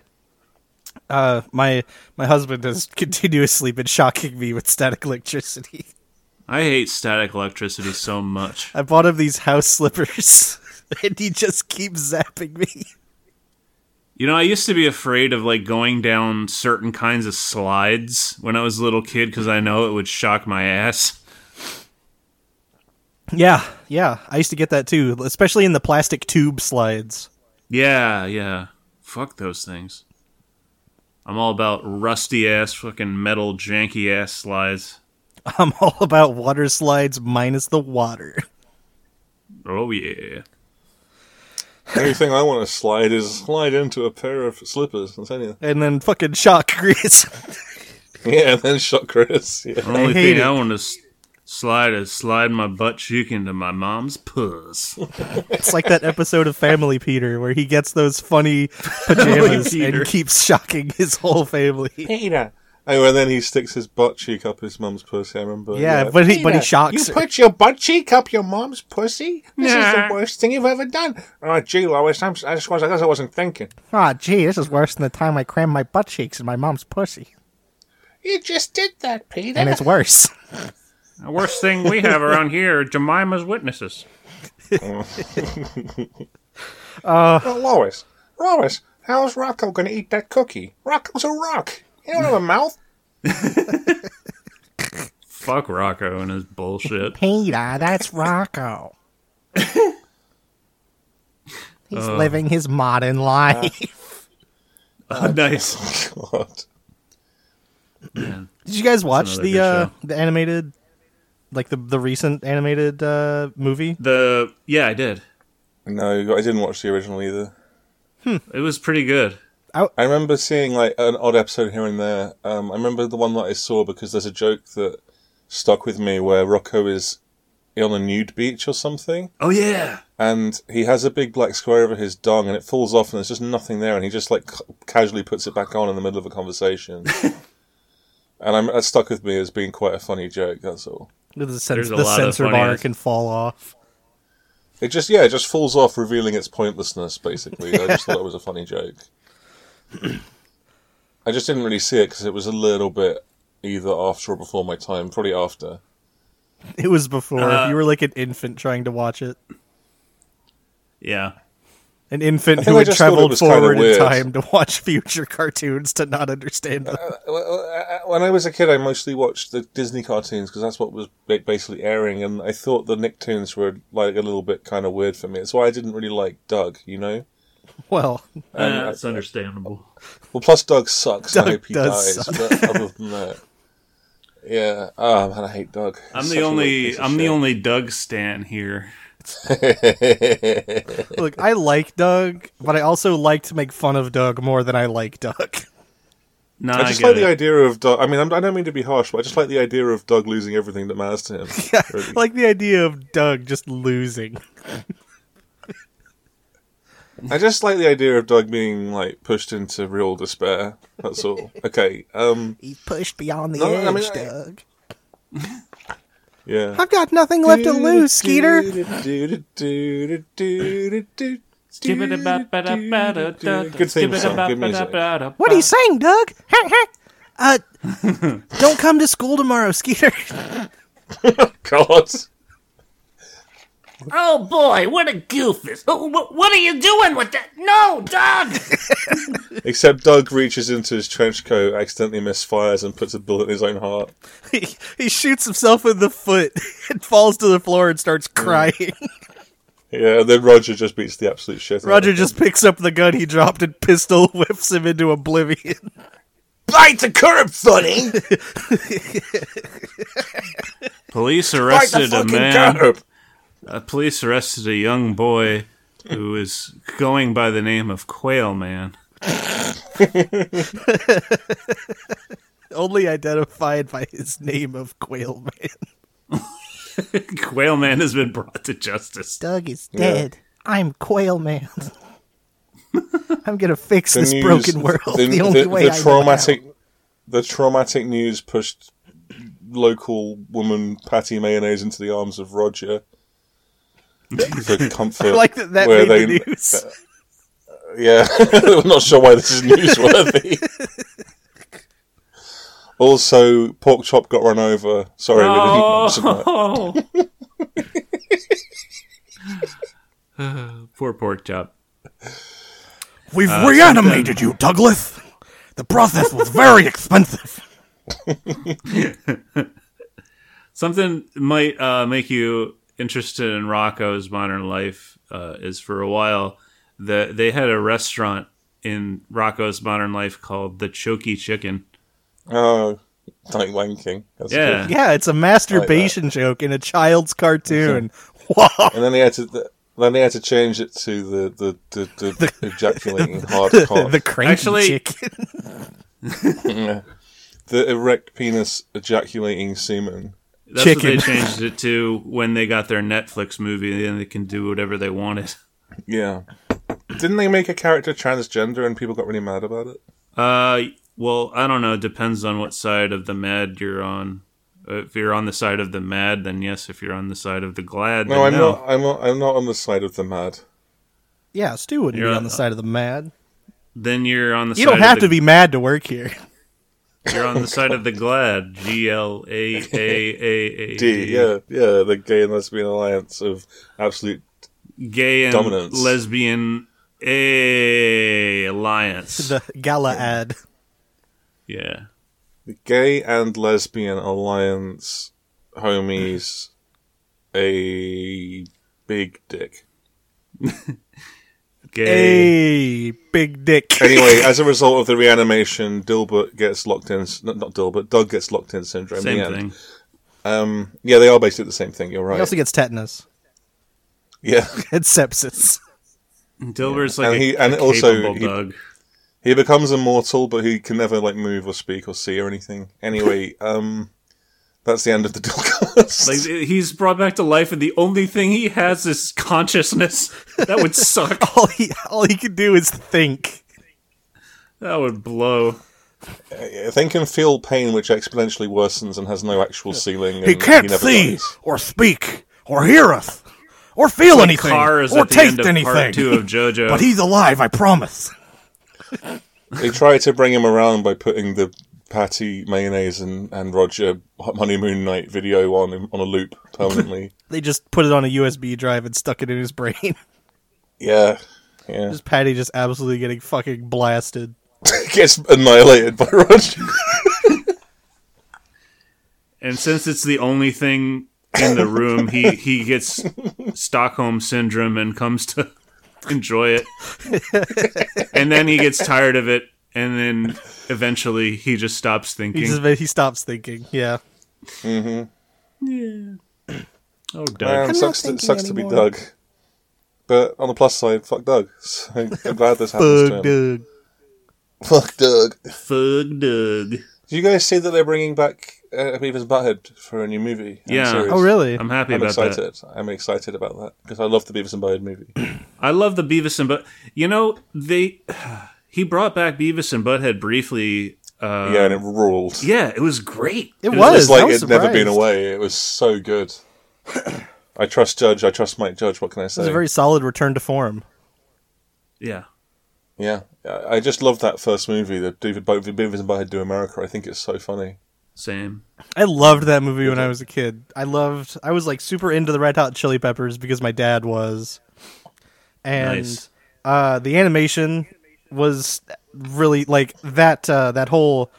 [SPEAKER 2] Uh, my my husband
[SPEAKER 5] [laughs]
[SPEAKER 2] has continuously been shocking me with static electricity.
[SPEAKER 1] I hate static electricity so much.
[SPEAKER 2] I bought him these house slippers, [laughs] and he just keeps zapping me.
[SPEAKER 1] You know, I used to be afraid of like going down certain kinds of slides when I was a little kid because I know it would shock my ass.
[SPEAKER 2] Yeah, yeah. I used to get that too, especially in the plastic tube slides.
[SPEAKER 1] Yeah, yeah. Fuck those things. I'm all about rusty ass, fucking metal, janky ass slides.
[SPEAKER 2] I'm all about water slides minus the water.
[SPEAKER 1] Oh, yeah.
[SPEAKER 3] The only thing I want to slide is slide into a pair of slippers. I'll tell you.
[SPEAKER 2] And then fucking shock grease.
[SPEAKER 3] [laughs]
[SPEAKER 2] [laughs]
[SPEAKER 3] Yeah, and then shot Chris. Yeah.
[SPEAKER 1] The only
[SPEAKER 2] hate
[SPEAKER 1] thing
[SPEAKER 2] it.
[SPEAKER 1] I want to s- slide is slide my butt cheek into my mom's puss.
[SPEAKER 2] it's like that episode of Family Peter where he gets those funny pajamas
[SPEAKER 1] Peter.
[SPEAKER 2] and keeps shocking his whole family.
[SPEAKER 3] Oh, and then he sticks his butt cheek up his mum's pussy. I remember.
[SPEAKER 2] Yeah, but he but he shocks her.
[SPEAKER 7] Put your butt cheek up your mom's pussy? This
[SPEAKER 1] Nah.
[SPEAKER 7] is the worst thing you've ever done. Oh, gee, Lois, I'm, I just was, I guess I wasn't thinking.
[SPEAKER 2] Ah, gee, this is worse than the time I crammed my butt cheeks in my mom's pussy.
[SPEAKER 7] You just did that, Peter.
[SPEAKER 2] And it's worse.
[SPEAKER 1] the worst thing we have around here are Jemima's witnesses.
[SPEAKER 7] Oh, Lois, Lois, how's Rocco going to eat that cookie? Rocco's a rock. You don't have a mouth.
[SPEAKER 1] Fuck Rocco and his
[SPEAKER 2] [laughs]
[SPEAKER 1] bullshit.
[SPEAKER 2] Peter,
[SPEAKER 1] [laughs]
[SPEAKER 2] that's Rocco. He's
[SPEAKER 1] Uh.
[SPEAKER 2] living his modern life. Oh,
[SPEAKER 1] nice.
[SPEAKER 3] [laughs] God.
[SPEAKER 2] [laughs] Did you guys watch
[SPEAKER 1] another
[SPEAKER 2] the
[SPEAKER 1] good
[SPEAKER 2] uh,
[SPEAKER 1] show.
[SPEAKER 2] the animated, like the the recent animated uh, movie?
[SPEAKER 1] The yeah, I did.
[SPEAKER 3] No, I didn't watch the original either.
[SPEAKER 1] It was pretty good.
[SPEAKER 3] I remember seeing like an odd episode here and there. Um, I remember the one that I saw because there's a joke that stuck with me where Rocco is on a nude beach or something,
[SPEAKER 1] Oh yeah.
[SPEAKER 3] and he has a big black square over his dong, and it falls off, and there's just nothing there, and he just like ca- casually puts it back on in the middle of
[SPEAKER 1] [laughs]
[SPEAKER 3] a conversation. and I'm, that stuck with me as being quite a funny joke. That's all.
[SPEAKER 2] The, cens-
[SPEAKER 1] There's a
[SPEAKER 2] the
[SPEAKER 1] lot of
[SPEAKER 2] censor
[SPEAKER 1] funny
[SPEAKER 2] bar
[SPEAKER 1] ass-
[SPEAKER 2] can fall off.
[SPEAKER 3] It just yeah, it just falls off, revealing its pointlessness. Basically, I just thought it was a funny joke. [clears throat] I just didn't really see it because it was a little bit either after or before my time. Probably after.
[SPEAKER 2] It was before
[SPEAKER 1] Uh,
[SPEAKER 2] you were like an infant trying to watch it,
[SPEAKER 1] Yeah.
[SPEAKER 2] an infant
[SPEAKER 3] think
[SPEAKER 2] who
[SPEAKER 3] I
[SPEAKER 2] had
[SPEAKER 3] just thought it
[SPEAKER 2] traveled
[SPEAKER 3] was kinda
[SPEAKER 2] forward in
[SPEAKER 3] weird.
[SPEAKER 2] time to watch future cartoons to not understand
[SPEAKER 3] Uh.
[SPEAKER 2] them.
[SPEAKER 3] When I was a kid, I mostly watched the Disney cartoons because that's what was ba- basically airing, and I thought the Nicktoons were like a little bit kind of weird for me. That's why I didn't really like Doug. You know.
[SPEAKER 2] well,
[SPEAKER 1] Uh, that's understandable.
[SPEAKER 3] Well, plus Doug sucks. and I
[SPEAKER 2] Doug
[SPEAKER 3] hope he
[SPEAKER 2] does
[SPEAKER 3] dies.
[SPEAKER 2] suck.
[SPEAKER 3] But other than that, yeah. Oh man, I hate Doug. He's
[SPEAKER 1] I'm
[SPEAKER 3] such
[SPEAKER 1] the
[SPEAKER 3] a little
[SPEAKER 1] only
[SPEAKER 3] piece of
[SPEAKER 1] I'm the
[SPEAKER 3] shit.
[SPEAKER 1] only Doug Stan here.
[SPEAKER 3] [laughs]
[SPEAKER 2] look, I like Doug, but I also like to make fun of Doug more than I like Doug.
[SPEAKER 1] No,
[SPEAKER 3] I just
[SPEAKER 1] get
[SPEAKER 3] like the
[SPEAKER 1] it.
[SPEAKER 3] idea of Doug. I mean, I'm, I don't mean to be harsh, but I just like the idea of Doug losing everything that matters
[SPEAKER 2] [laughs]
[SPEAKER 3] to him. really.
[SPEAKER 2] I like the idea of Doug just losing.
[SPEAKER 3] I just like the idea of Doug being like pushed into real despair. That's all.
[SPEAKER 2] [laughs]
[SPEAKER 3] Okay. Um.
[SPEAKER 2] He's pushed beyond the
[SPEAKER 3] No, I mean, edge, I-
[SPEAKER 2] Doug.
[SPEAKER 3] Yeah.
[SPEAKER 2] I've got nothing left to lose, Skeeter.
[SPEAKER 3] Good theme song. Good music.
[SPEAKER 2] What are you saying, Doug? uh, [laughs] don't come to school tomorrow, Skeeter. [laughs]
[SPEAKER 3] God.
[SPEAKER 8] Oh boy, what a goofus! Oh, wh- What are you doing with that? No, Doug!
[SPEAKER 3] Except Doug reaches into his trench coat, accidentally misfires, and puts a bullet in his own heart.
[SPEAKER 2] he, [laughs] he shoots himself in the foot and falls to the floor and starts crying.
[SPEAKER 3] Yeah, then Roger just beats the absolute shit. out
[SPEAKER 2] [laughs]
[SPEAKER 3] of
[SPEAKER 2] Roger
[SPEAKER 3] him.
[SPEAKER 2] just picks up the gun he dropped and pistol [laughs] whips him into oblivion. [laughs]
[SPEAKER 7] Bite the curb, funny.
[SPEAKER 1] Police
[SPEAKER 7] Bite the
[SPEAKER 1] arrested a
[SPEAKER 7] fucking
[SPEAKER 1] man.
[SPEAKER 7] curb.
[SPEAKER 1] Uh, police arrested a young boy who is going by the name of Quail Man. [laughs]
[SPEAKER 2] Only identified by his name of Quail Man.
[SPEAKER 1] Quail Man has been brought to justice.
[SPEAKER 2] Doug is dead. I'm Quail
[SPEAKER 3] [laughs]
[SPEAKER 2] Man. I'm gonna fix
[SPEAKER 3] The
[SPEAKER 2] this
[SPEAKER 3] news-
[SPEAKER 2] broken world. [laughs] The, only way
[SPEAKER 3] the
[SPEAKER 2] I know
[SPEAKER 3] traumatic, the traumatic news pushed local woman Patty Mayonnaise into the arms of Roger
[SPEAKER 2] [laughs]
[SPEAKER 3] for comfort.
[SPEAKER 2] how. like that, that
[SPEAKER 3] where
[SPEAKER 2] made the news.
[SPEAKER 3] [laughs] Yeah, [laughs] I'm not sure why this
[SPEAKER 2] [laughs]
[SPEAKER 3] is newsworthy. also, pork chop got run over. Sorry, we didn't mention that.
[SPEAKER 1] Oh. Poor pork chop.
[SPEAKER 6] We've
[SPEAKER 3] Ah,
[SPEAKER 6] reanimated you, Douglas. The process
[SPEAKER 2] [laughs]
[SPEAKER 6] was very expensive.
[SPEAKER 1] Something might uh, make you interested in Rocco's modern life uh, is for a while that they had a restaurant in Rocco's modern life called the Choky Chicken.
[SPEAKER 3] Oh, like wanking. That's
[SPEAKER 1] Yeah,
[SPEAKER 2] Yeah, it's a masturbation joke in a child's [laughs] cartoon.
[SPEAKER 3] good. And then they had to. then they had to change it to the the, the, the, [laughs] ejaculating hard cock.
[SPEAKER 2] the cranky
[SPEAKER 1] Actually-
[SPEAKER 2] chicken.
[SPEAKER 3] the erect penis ejaculating semen.
[SPEAKER 1] that's what they
[SPEAKER 2] Chicken.
[SPEAKER 1] changed it to when they got their Netflix movie, and they can do whatever they wanted.
[SPEAKER 3] Yeah. Didn't they make a character transgender and people got really mad about it?
[SPEAKER 1] Uh, well, I don't know. It depends on what side of the mad you're on. Uh, If you're on the side of the mad, then yes. If you're on the side of the glad, then
[SPEAKER 3] No, I'm
[SPEAKER 1] no.
[SPEAKER 3] not. I'm not. I'm not on the side of the mad.
[SPEAKER 2] [laughs] Yeah, Stu wouldn't
[SPEAKER 1] You're
[SPEAKER 2] be
[SPEAKER 1] a-
[SPEAKER 2] on the side of
[SPEAKER 1] [laughs]
[SPEAKER 2] the mad.
[SPEAKER 1] Then you're on the.
[SPEAKER 2] You
[SPEAKER 1] side
[SPEAKER 2] don't have
[SPEAKER 1] of the,
[SPEAKER 2] to be mad to work here. [laughs]
[SPEAKER 1] [laughs] You're on the side of the glad. G L A A A A
[SPEAKER 3] D.
[SPEAKER 1] D.
[SPEAKER 3] Yeah, yeah. The gay and lesbian alliance of absolute.
[SPEAKER 1] Gay and
[SPEAKER 3] Dominance.
[SPEAKER 1] lesbian a alliance.
[SPEAKER 2] The gala ad.
[SPEAKER 1] yeah.
[SPEAKER 3] The gay and lesbian alliance homies. A big dick.
[SPEAKER 1] Gay.
[SPEAKER 2] Hey, big dick.
[SPEAKER 3] Anyway, as a result of the reanimation, Dilbert gets locked in. Not, not Dilbert. Doug gets locked in syndrome. in
[SPEAKER 1] Same
[SPEAKER 3] the end.
[SPEAKER 1] thing.
[SPEAKER 3] Um, yeah, they are basically the same thing. You're
[SPEAKER 2] He
[SPEAKER 3] right.
[SPEAKER 2] also gets [laughs] tetanus
[SPEAKER 3] yeah.
[SPEAKER 2] and sepsis.
[SPEAKER 1] Dilbert's like
[SPEAKER 3] And
[SPEAKER 1] a,
[SPEAKER 3] he- and
[SPEAKER 1] a
[SPEAKER 3] also
[SPEAKER 1] capable
[SPEAKER 3] he-
[SPEAKER 1] dog.
[SPEAKER 3] He becomes immortal, but he can never like move or speak or see or anything. Anyway, um, that's the end of the Dilcast. [laughs]
[SPEAKER 1] Like he's brought back to life, and the only thing he has is consciousness. [laughs] That would suck.
[SPEAKER 2] All he all he can do is think.
[SPEAKER 1] That would blow.
[SPEAKER 3] they can feel pain, which exponentially worsens and has no actual ceiling. And
[SPEAKER 6] He can't
[SPEAKER 3] never
[SPEAKER 6] see
[SPEAKER 3] dies.
[SPEAKER 6] or speak or hear us or feel anything
[SPEAKER 1] Car is
[SPEAKER 6] or
[SPEAKER 1] at the end
[SPEAKER 6] taste
[SPEAKER 1] of
[SPEAKER 6] anything.
[SPEAKER 1] part two of JoJo.
[SPEAKER 6] But he's alive, I promise.
[SPEAKER 3] They try to bring him around by putting the Patty mayonnaise and, and Roger honeymoon night video on him- on a loop permanently.
[SPEAKER 2] They just put it on a USB drive and stuck it in his brain. [laughs]
[SPEAKER 3] yeah, yeah.
[SPEAKER 2] Just Patty just absolutely getting fucking blasted.
[SPEAKER 3] Gets annihilated by [laughs] Roger.
[SPEAKER 1] and since it's the only thing in the room, he he gets Stockholm syndrome and comes to [laughs] enjoy it. and then he gets tired of it, and then eventually he just stops thinking.
[SPEAKER 2] He just he stops thinking. Yeah.
[SPEAKER 1] oh, Doug.
[SPEAKER 3] Man, sucks to, sucks to be Doug. But on the plus side, fuck Doug. So
[SPEAKER 2] [laughs]
[SPEAKER 3] I'm glad this happens to
[SPEAKER 2] Bug
[SPEAKER 3] him.
[SPEAKER 2] Doug.
[SPEAKER 3] Fuck Doug.
[SPEAKER 1] Fuck Doug.
[SPEAKER 3] Do you guys see that they're bringing back uh, Beavis Butthead for a new movie? and
[SPEAKER 1] Yeah.
[SPEAKER 3] series?
[SPEAKER 2] Oh really?
[SPEAKER 1] I'm happy
[SPEAKER 3] I'm
[SPEAKER 1] about that.
[SPEAKER 3] excited. I'm excited about that because I love the Beavis and Butthead movie.
[SPEAKER 1] I love the Beavis and Butt. You know they [sighs] he brought back Beavis and Butthead briefly. Uh,
[SPEAKER 3] yeah, and it ruled.
[SPEAKER 1] yeah, it was great.
[SPEAKER 2] It
[SPEAKER 3] It
[SPEAKER 2] was.
[SPEAKER 3] was like
[SPEAKER 2] I was
[SPEAKER 3] it'd never been
[SPEAKER 2] surprised.
[SPEAKER 3] away. It was so good. I trust Judge. I trust Mike Judge. What can I
[SPEAKER 2] It
[SPEAKER 3] say?
[SPEAKER 2] was a very solid return to form.
[SPEAKER 1] Yeah.
[SPEAKER 3] yeah, I I just love that first movie, the David Bo- Beavis and Butthead do America. I think it's so funny.
[SPEAKER 1] Same.
[SPEAKER 2] I loved that movie when I was a kid. I loved. I was like super into the Red Hot Chili Peppers because my dad was, and
[SPEAKER 1] Nice.
[SPEAKER 2] uh, the animation was really like that. Uh, that whole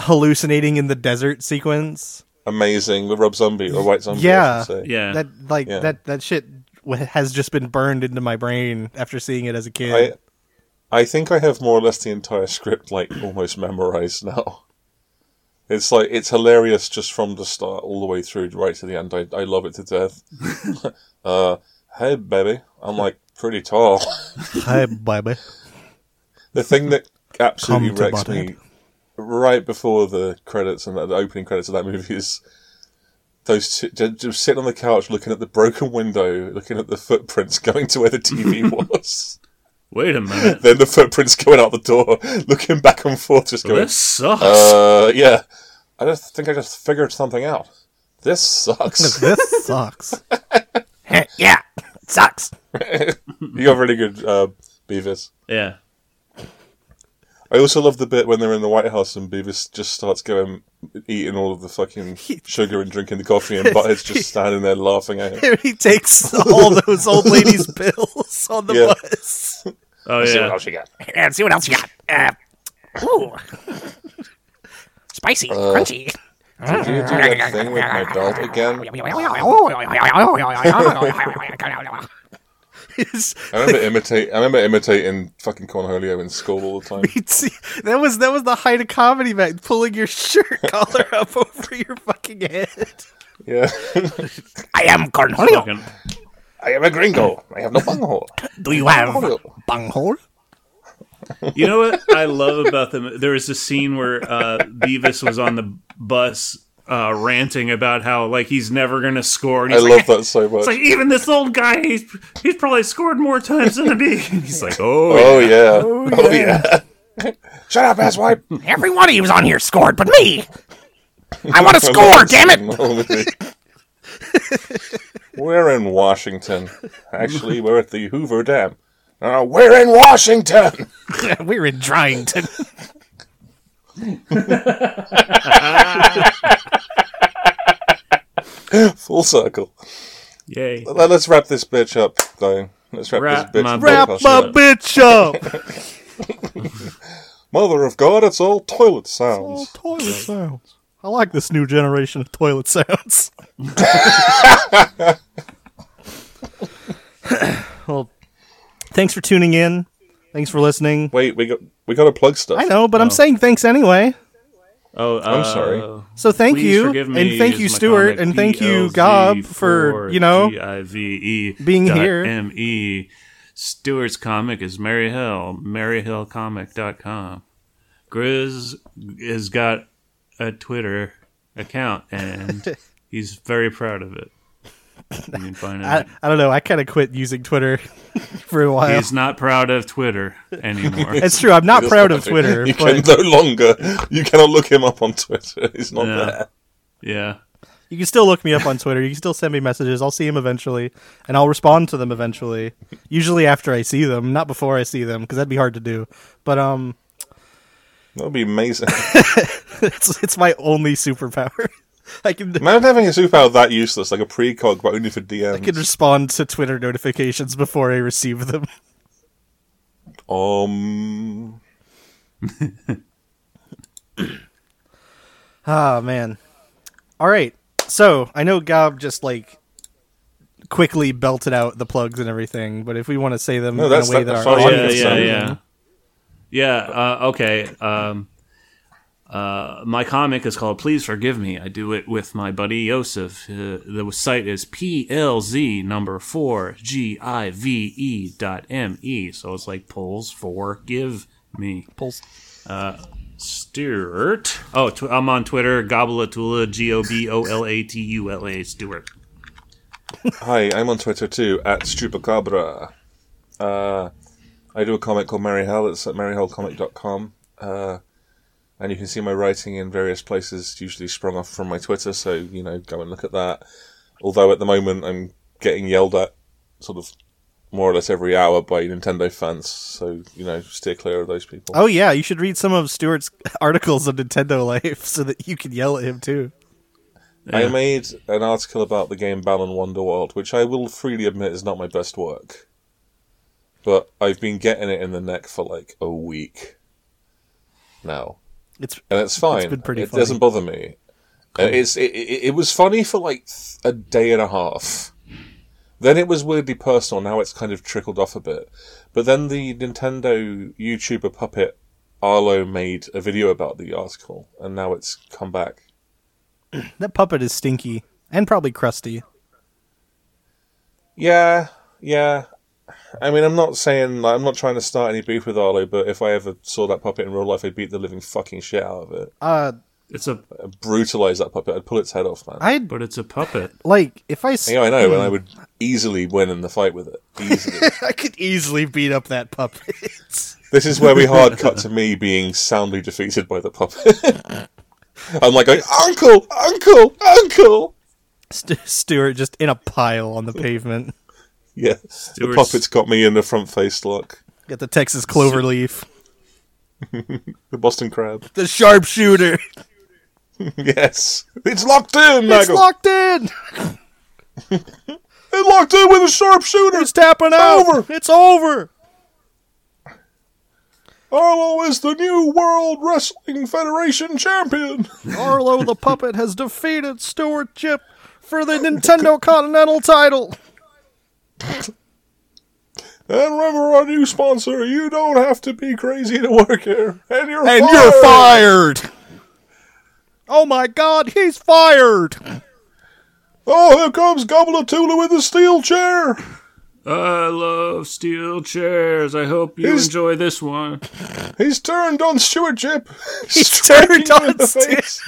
[SPEAKER 2] hallucinating in the desert sequence.
[SPEAKER 3] Amazing with Rob Zombie or White Zombie. I
[SPEAKER 2] Yeah.
[SPEAKER 3] should say.
[SPEAKER 1] Yeah.
[SPEAKER 2] That like
[SPEAKER 3] Yeah.
[SPEAKER 2] that that shit wh- has just been burned into my brain after seeing it as a kid.
[SPEAKER 3] I, I think I have more or less the entire script like almost memorized now. It's like it's hilarious just from the start all the way through right to the end. I, I love it to death. uh, hey baby, I'm like pretty tall.
[SPEAKER 2] [laughs] Hi, baby.
[SPEAKER 3] The thing that absolutely
[SPEAKER 5] Come to
[SPEAKER 3] wrecks
[SPEAKER 5] butthead.
[SPEAKER 3] me right before the credits and the the opening credits of that movie is those two ju- just sitting on the couch looking at the broken window, looking at the footprints [laughs] going to where the
[SPEAKER 5] [laughs]
[SPEAKER 3] TV was.
[SPEAKER 1] Wait
[SPEAKER 3] [laughs]
[SPEAKER 1] a minute.
[SPEAKER 3] then the footprints going out the door, [laughs] looking back and forth, just going,
[SPEAKER 1] this sucks.
[SPEAKER 3] uh, yeah. I just think I just figured something out.
[SPEAKER 5] [laughs]
[SPEAKER 3] This sucks.
[SPEAKER 2] This sucks. [laughs]
[SPEAKER 5] yeah, it sucks.
[SPEAKER 3] you got really good uh, Beavis.
[SPEAKER 1] yeah.
[SPEAKER 3] I also love the bit when they're in the White House and Beavis just starts going eating all of the fucking sugar and drinking the coffee, and Butthead's just standing there laughing at him.
[SPEAKER 2] he takes all those old ladies' [laughs] bills on the
[SPEAKER 3] Yeah.
[SPEAKER 2] bus.
[SPEAKER 1] Oh
[SPEAKER 7] See what
[SPEAKER 1] yeah.
[SPEAKER 7] else you got.
[SPEAKER 5] And see what else you got. Uh, ooh, spicy, crunchy.
[SPEAKER 3] Uh, Did you do that thing with my belt again?
[SPEAKER 2] It's-
[SPEAKER 3] I remember imitate. I remember imitating fucking Cornholio in school all the time.
[SPEAKER 2] it's- that was that was the height of comedy, man. Pulling your shirt [laughs] collar up over your fucking head.
[SPEAKER 3] Yeah,
[SPEAKER 5] [laughs] I am Cornholio.
[SPEAKER 1] Fucking-
[SPEAKER 7] I am a gringo. I have no bunghole.
[SPEAKER 5] Do you have bunghole?
[SPEAKER 1] You know what I love about them? There was a scene where uh, Beavis was on the bus uh, ranting about how like he's never gonna score, and
[SPEAKER 3] I
[SPEAKER 1] he's like,
[SPEAKER 3] love that so
[SPEAKER 1] [laughs]
[SPEAKER 3] much.
[SPEAKER 1] It's like even this old guy, he's he's probably scored more times [laughs] than me. And he's like, oh,
[SPEAKER 3] oh yeah, oh yeah. [laughs]
[SPEAKER 7] Shut up, asswipe.
[SPEAKER 5] Every one of you was on here scored, but me. I want
[SPEAKER 3] [laughs]
[SPEAKER 5] to
[SPEAKER 3] I
[SPEAKER 5] score,
[SPEAKER 3] love that
[SPEAKER 5] damn it!
[SPEAKER 3] scene, honestly. we're in Washington. Actually, we're at the Hoover Dam.
[SPEAKER 7] Uh, we're in Washington.
[SPEAKER 5] We're in Dryington.
[SPEAKER 3] Full circle.
[SPEAKER 1] yay!
[SPEAKER 3] Let- Let's wrap this bitch up, though. Let's wrap,
[SPEAKER 1] Wrap
[SPEAKER 3] this
[SPEAKER 1] my
[SPEAKER 3] bitch
[SPEAKER 1] Wrap
[SPEAKER 3] podcast
[SPEAKER 1] my
[SPEAKER 3] up.
[SPEAKER 2] Bitch up. [laughs]
[SPEAKER 3] Mother of God, it's all toilet sounds.
[SPEAKER 2] toilet sounds. I like this new generation of toilet sounds. [laughs] well, thanks for tuning in. Thanks for listening.
[SPEAKER 3] Wait, we got we got to plug stuff.
[SPEAKER 2] I know, but I'm saying thanks anyway.
[SPEAKER 1] Oh,
[SPEAKER 3] I'm
[SPEAKER 1] uh,
[SPEAKER 3] sorry.
[SPEAKER 2] So thank
[SPEAKER 1] please
[SPEAKER 2] you,
[SPEAKER 1] forgive me,
[SPEAKER 2] and thank
[SPEAKER 1] is
[SPEAKER 2] you,
[SPEAKER 1] my
[SPEAKER 2] Stuart,
[SPEAKER 1] comic
[SPEAKER 2] and thank you,
[SPEAKER 1] BLZ
[SPEAKER 2] Gob, for you know.
[SPEAKER 1] G-I-V-E
[SPEAKER 2] being
[SPEAKER 1] E dot
[SPEAKER 2] here.
[SPEAKER 1] M-E. Stuart's comic is Mary Hill, maryhillcomic.com. Grizz has got a Twitter account,
[SPEAKER 2] [laughs]
[SPEAKER 1] and he's very proud of it. You can find
[SPEAKER 2] I,
[SPEAKER 1] out.
[SPEAKER 2] I don't know. I kind of quit using Twitter [laughs] for a while.
[SPEAKER 1] He's not proud of Twitter
[SPEAKER 2] [laughs]
[SPEAKER 1] anymore.
[SPEAKER 2] it's true. I'm not proud of Twitter,
[SPEAKER 3] [laughs] You
[SPEAKER 2] but
[SPEAKER 3] can no longer. You cannot look him up on Twitter. [laughs] He's not
[SPEAKER 1] Yeah.
[SPEAKER 3] there.
[SPEAKER 1] yeah.
[SPEAKER 2] you can still look me up on Twitter. You can still send me messages. I'll see them eventually, and I'll respond to them eventually. Usually after I see them, not before I see them, because that'd be hard to do. But um, [laughs]
[SPEAKER 3] That would be amazing.
[SPEAKER 2] it's it's my only superpower. [laughs] I can
[SPEAKER 3] Imagine having a superpower that useless, like a precog, but only for DMs.
[SPEAKER 2] I can respond to Twitter notifications before I receive them.
[SPEAKER 3] Um,
[SPEAKER 2] Ah man. All right. So I know Gob just like quickly belted out the plugs and everything, but if we want to say them
[SPEAKER 3] No,
[SPEAKER 2] in
[SPEAKER 3] that's-
[SPEAKER 2] a way that
[SPEAKER 3] that's fine.
[SPEAKER 1] Oh,
[SPEAKER 2] are
[SPEAKER 1] yeah,
[SPEAKER 3] Hundred
[SPEAKER 1] yeah,
[SPEAKER 3] percent.
[SPEAKER 1] yeah. Yeah, uh, okay. Um, uh, my comic is called Please Forgive Me. I do it with my buddy Yosef. Uh, the site is PLZ number 4 G I V E dot M E. So it's like polls for give me.
[SPEAKER 2] Polls.
[SPEAKER 1] Stewart. Oh, tw- I'm on Twitter. Gobblatula, G O B O L A T U L A, Stewart.
[SPEAKER 3] hi, I'm on Twitter too at Stupacabra. Uh, I do a comic called Mary Hell. It's at maryhellcomic.com. Uh, and you can see my writing in various places, usually sprung off from my Twitter. So you know, go and look at that. Although at the moment I'm getting yelled at, sort of more or less every hour by Nintendo fans. So you know, steer clear of those people.
[SPEAKER 2] Oh yeah, you should read some of Stuart's [laughs] articles on Nintendo Life so that you can yell at him too.
[SPEAKER 3] I made an article about the game Balan Wonderworld, which I will freely admit is not my best work. But I've been getting it in the neck for like a week now.
[SPEAKER 2] It's
[SPEAKER 3] And it's fine.
[SPEAKER 2] been pretty
[SPEAKER 3] it
[SPEAKER 2] funny.
[SPEAKER 3] doesn't bother Uh, me. And It's it, it, it was funny for like th- a day and a half. Then it was weirdly personal. Now it's kind of trickled off a bit. But then the Nintendo YouTuber puppet Arlo made a video about the article, and now it's come back.
[SPEAKER 2] That puppet is stinky and probably crusty.
[SPEAKER 3] Yeah, yeah. I mean, I'm not saying like, I'm not trying to start any beef with Arlo, but if I ever saw that puppet in real life, I'd beat the living fucking shit out of it.
[SPEAKER 2] Uh,
[SPEAKER 1] It's a
[SPEAKER 3] I'd brutalize that puppet. I'd pull its head off, man.
[SPEAKER 2] I
[SPEAKER 1] but it's a puppet.
[SPEAKER 2] like if I s-
[SPEAKER 3] yeah, I know, and I would easily win in the fight with it. Easily.
[SPEAKER 2] [laughs]
[SPEAKER 3] [laughs]
[SPEAKER 2] I could easily beat up that puppet. [laughs]
[SPEAKER 3] this is where we hard cut to me being soundly defeated by the puppet. [laughs] I'm like, going, Uncle, Uncle, Uncle.
[SPEAKER 2] St- Stuart just in a pile on the pavement.
[SPEAKER 3] Yeah, the
[SPEAKER 1] Stewart's-
[SPEAKER 3] puppet's got me in the front face lock.
[SPEAKER 2] Got the Texas clover leaf.
[SPEAKER 3] The Boston crab. [laughs]
[SPEAKER 2] The sharpshooter.
[SPEAKER 3] yes, it's locked in,
[SPEAKER 2] It's
[SPEAKER 3] Nagel.
[SPEAKER 2] locked in.
[SPEAKER 3] It's locked in with a sharpshooter.
[SPEAKER 2] It's tapping out.
[SPEAKER 3] over.
[SPEAKER 2] It's over.
[SPEAKER 3] Arlo is the new World Wrestling Federation champion.
[SPEAKER 2] Arlo the puppet has defeated Stuart Chip for the Nintendo Continental title.
[SPEAKER 3] And remember our new sponsor, you don't have to be crazy to work here. And you're
[SPEAKER 9] And
[SPEAKER 3] fired.
[SPEAKER 9] you're fired.
[SPEAKER 2] Oh my God, he's fired.
[SPEAKER 3] Oh, here comes Gobbler Tula with a steel chair.
[SPEAKER 1] I love steel chairs. I hope you
[SPEAKER 3] Is-
[SPEAKER 1] enjoy this one.
[SPEAKER 3] He's turned on Stuart Chip. He's
[SPEAKER 2] turned on Stuart-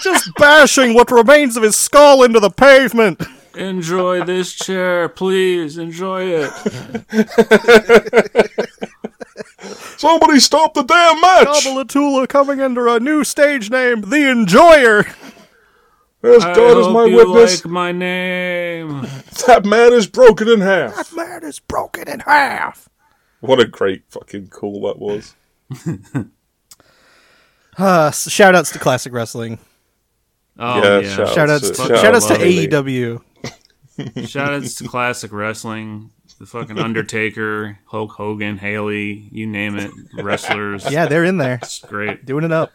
[SPEAKER 2] Just bashing what remains of his skull into the pavement.
[SPEAKER 1] Enjoy this chair, please. Enjoy
[SPEAKER 3] [laughs]
[SPEAKER 1] it.
[SPEAKER 3] Somebody stop the damn match.
[SPEAKER 2] Gabalatula coming under a new stage name, The Enjoyer.
[SPEAKER 3] As
[SPEAKER 1] I
[SPEAKER 3] God is
[SPEAKER 1] hope
[SPEAKER 3] my
[SPEAKER 1] you
[SPEAKER 3] witness,
[SPEAKER 1] like my name.
[SPEAKER 3] that man is broken in half.
[SPEAKER 10] Man is broken in half.
[SPEAKER 3] What a great fucking call that was.
[SPEAKER 2] Uh, s- shout outs to Classic Wrestling.
[SPEAKER 1] Oh
[SPEAKER 3] Yeah,
[SPEAKER 1] yeah,
[SPEAKER 3] shout
[SPEAKER 2] Shout outs to,
[SPEAKER 3] Shout
[SPEAKER 2] shout outs to E
[SPEAKER 1] out to
[SPEAKER 3] Lee.
[SPEAKER 2] AEW.
[SPEAKER 1] Shout outs to classic wrestling, the fucking Undertaker, Hulk Hogan, Haley, you name it, wrestlers.
[SPEAKER 2] Yeah, they're in there.
[SPEAKER 1] It's great.
[SPEAKER 2] doing it up.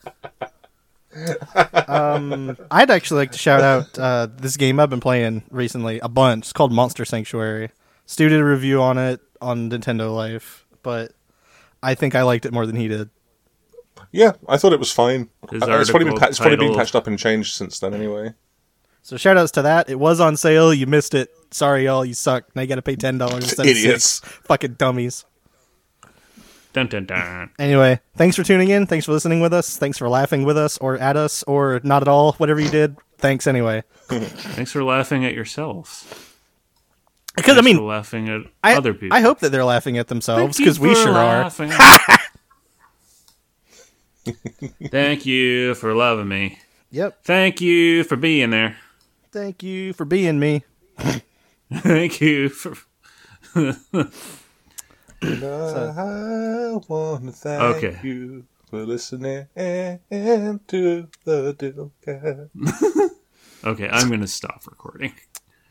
[SPEAKER 2] um, I'd actually like to shout out uh, this game I've been playing recently a bunch. It's called Monster Sanctuary. Stu did a review on it on Nintendo Life, but I think I liked it more than he did.
[SPEAKER 3] Yeah, I thought it was fine.
[SPEAKER 1] His
[SPEAKER 3] Uh, It's probably, been
[SPEAKER 1] article
[SPEAKER 3] pa- it's probably been
[SPEAKER 1] titled-
[SPEAKER 3] patched up and changed since then, anyway.
[SPEAKER 2] So shout outs to that. It was on sale. You missed it. Sorry, y'all. You suck. Now you got to pay ten dollars instead of
[SPEAKER 3] Idiots.
[SPEAKER 2] six. Fucking dummies.
[SPEAKER 1] Dun, dun, dun.
[SPEAKER 2] Anyway, thanks for tuning in. Thanks for listening with us. Thanks for laughing with us, or at us, or not at all. Whatever you did. Thanks anyway.
[SPEAKER 1] Thanks for laughing at yourself.
[SPEAKER 2] Because I
[SPEAKER 1] Thanks for
[SPEAKER 2] mean,
[SPEAKER 1] laughing at
[SPEAKER 2] I,
[SPEAKER 1] other people.
[SPEAKER 2] I hope that they're laughing at themselves
[SPEAKER 1] Thank you
[SPEAKER 2] because we
[SPEAKER 1] for
[SPEAKER 2] sure are. [laughs]
[SPEAKER 1] laughing. Thank you for loving me.
[SPEAKER 2] Yep.
[SPEAKER 1] Thank you for being there. [laughs]
[SPEAKER 2] Thank you for being me.
[SPEAKER 1] Thank you for.
[SPEAKER 3] I want to thank
[SPEAKER 1] Okay.
[SPEAKER 3] you for listening and to the Dilka.
[SPEAKER 1] Okay, I'm gonna stop recording.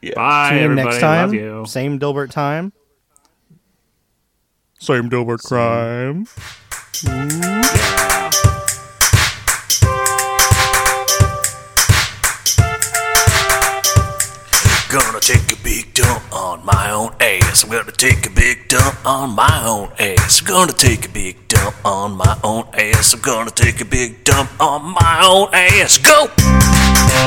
[SPEAKER 3] Yeah.
[SPEAKER 1] Bye,
[SPEAKER 2] Tune in
[SPEAKER 1] everybody.
[SPEAKER 2] next time.
[SPEAKER 1] Love you.
[SPEAKER 2] Same Dilbert time.
[SPEAKER 9] Same Dilbert crime.
[SPEAKER 10] Gonna take a big dump on my own ass. I'm gonna take a big dump on my own ass. I'm gonna take a big dump on my own ass. I'm gonna take a big dump on my own ass. Go!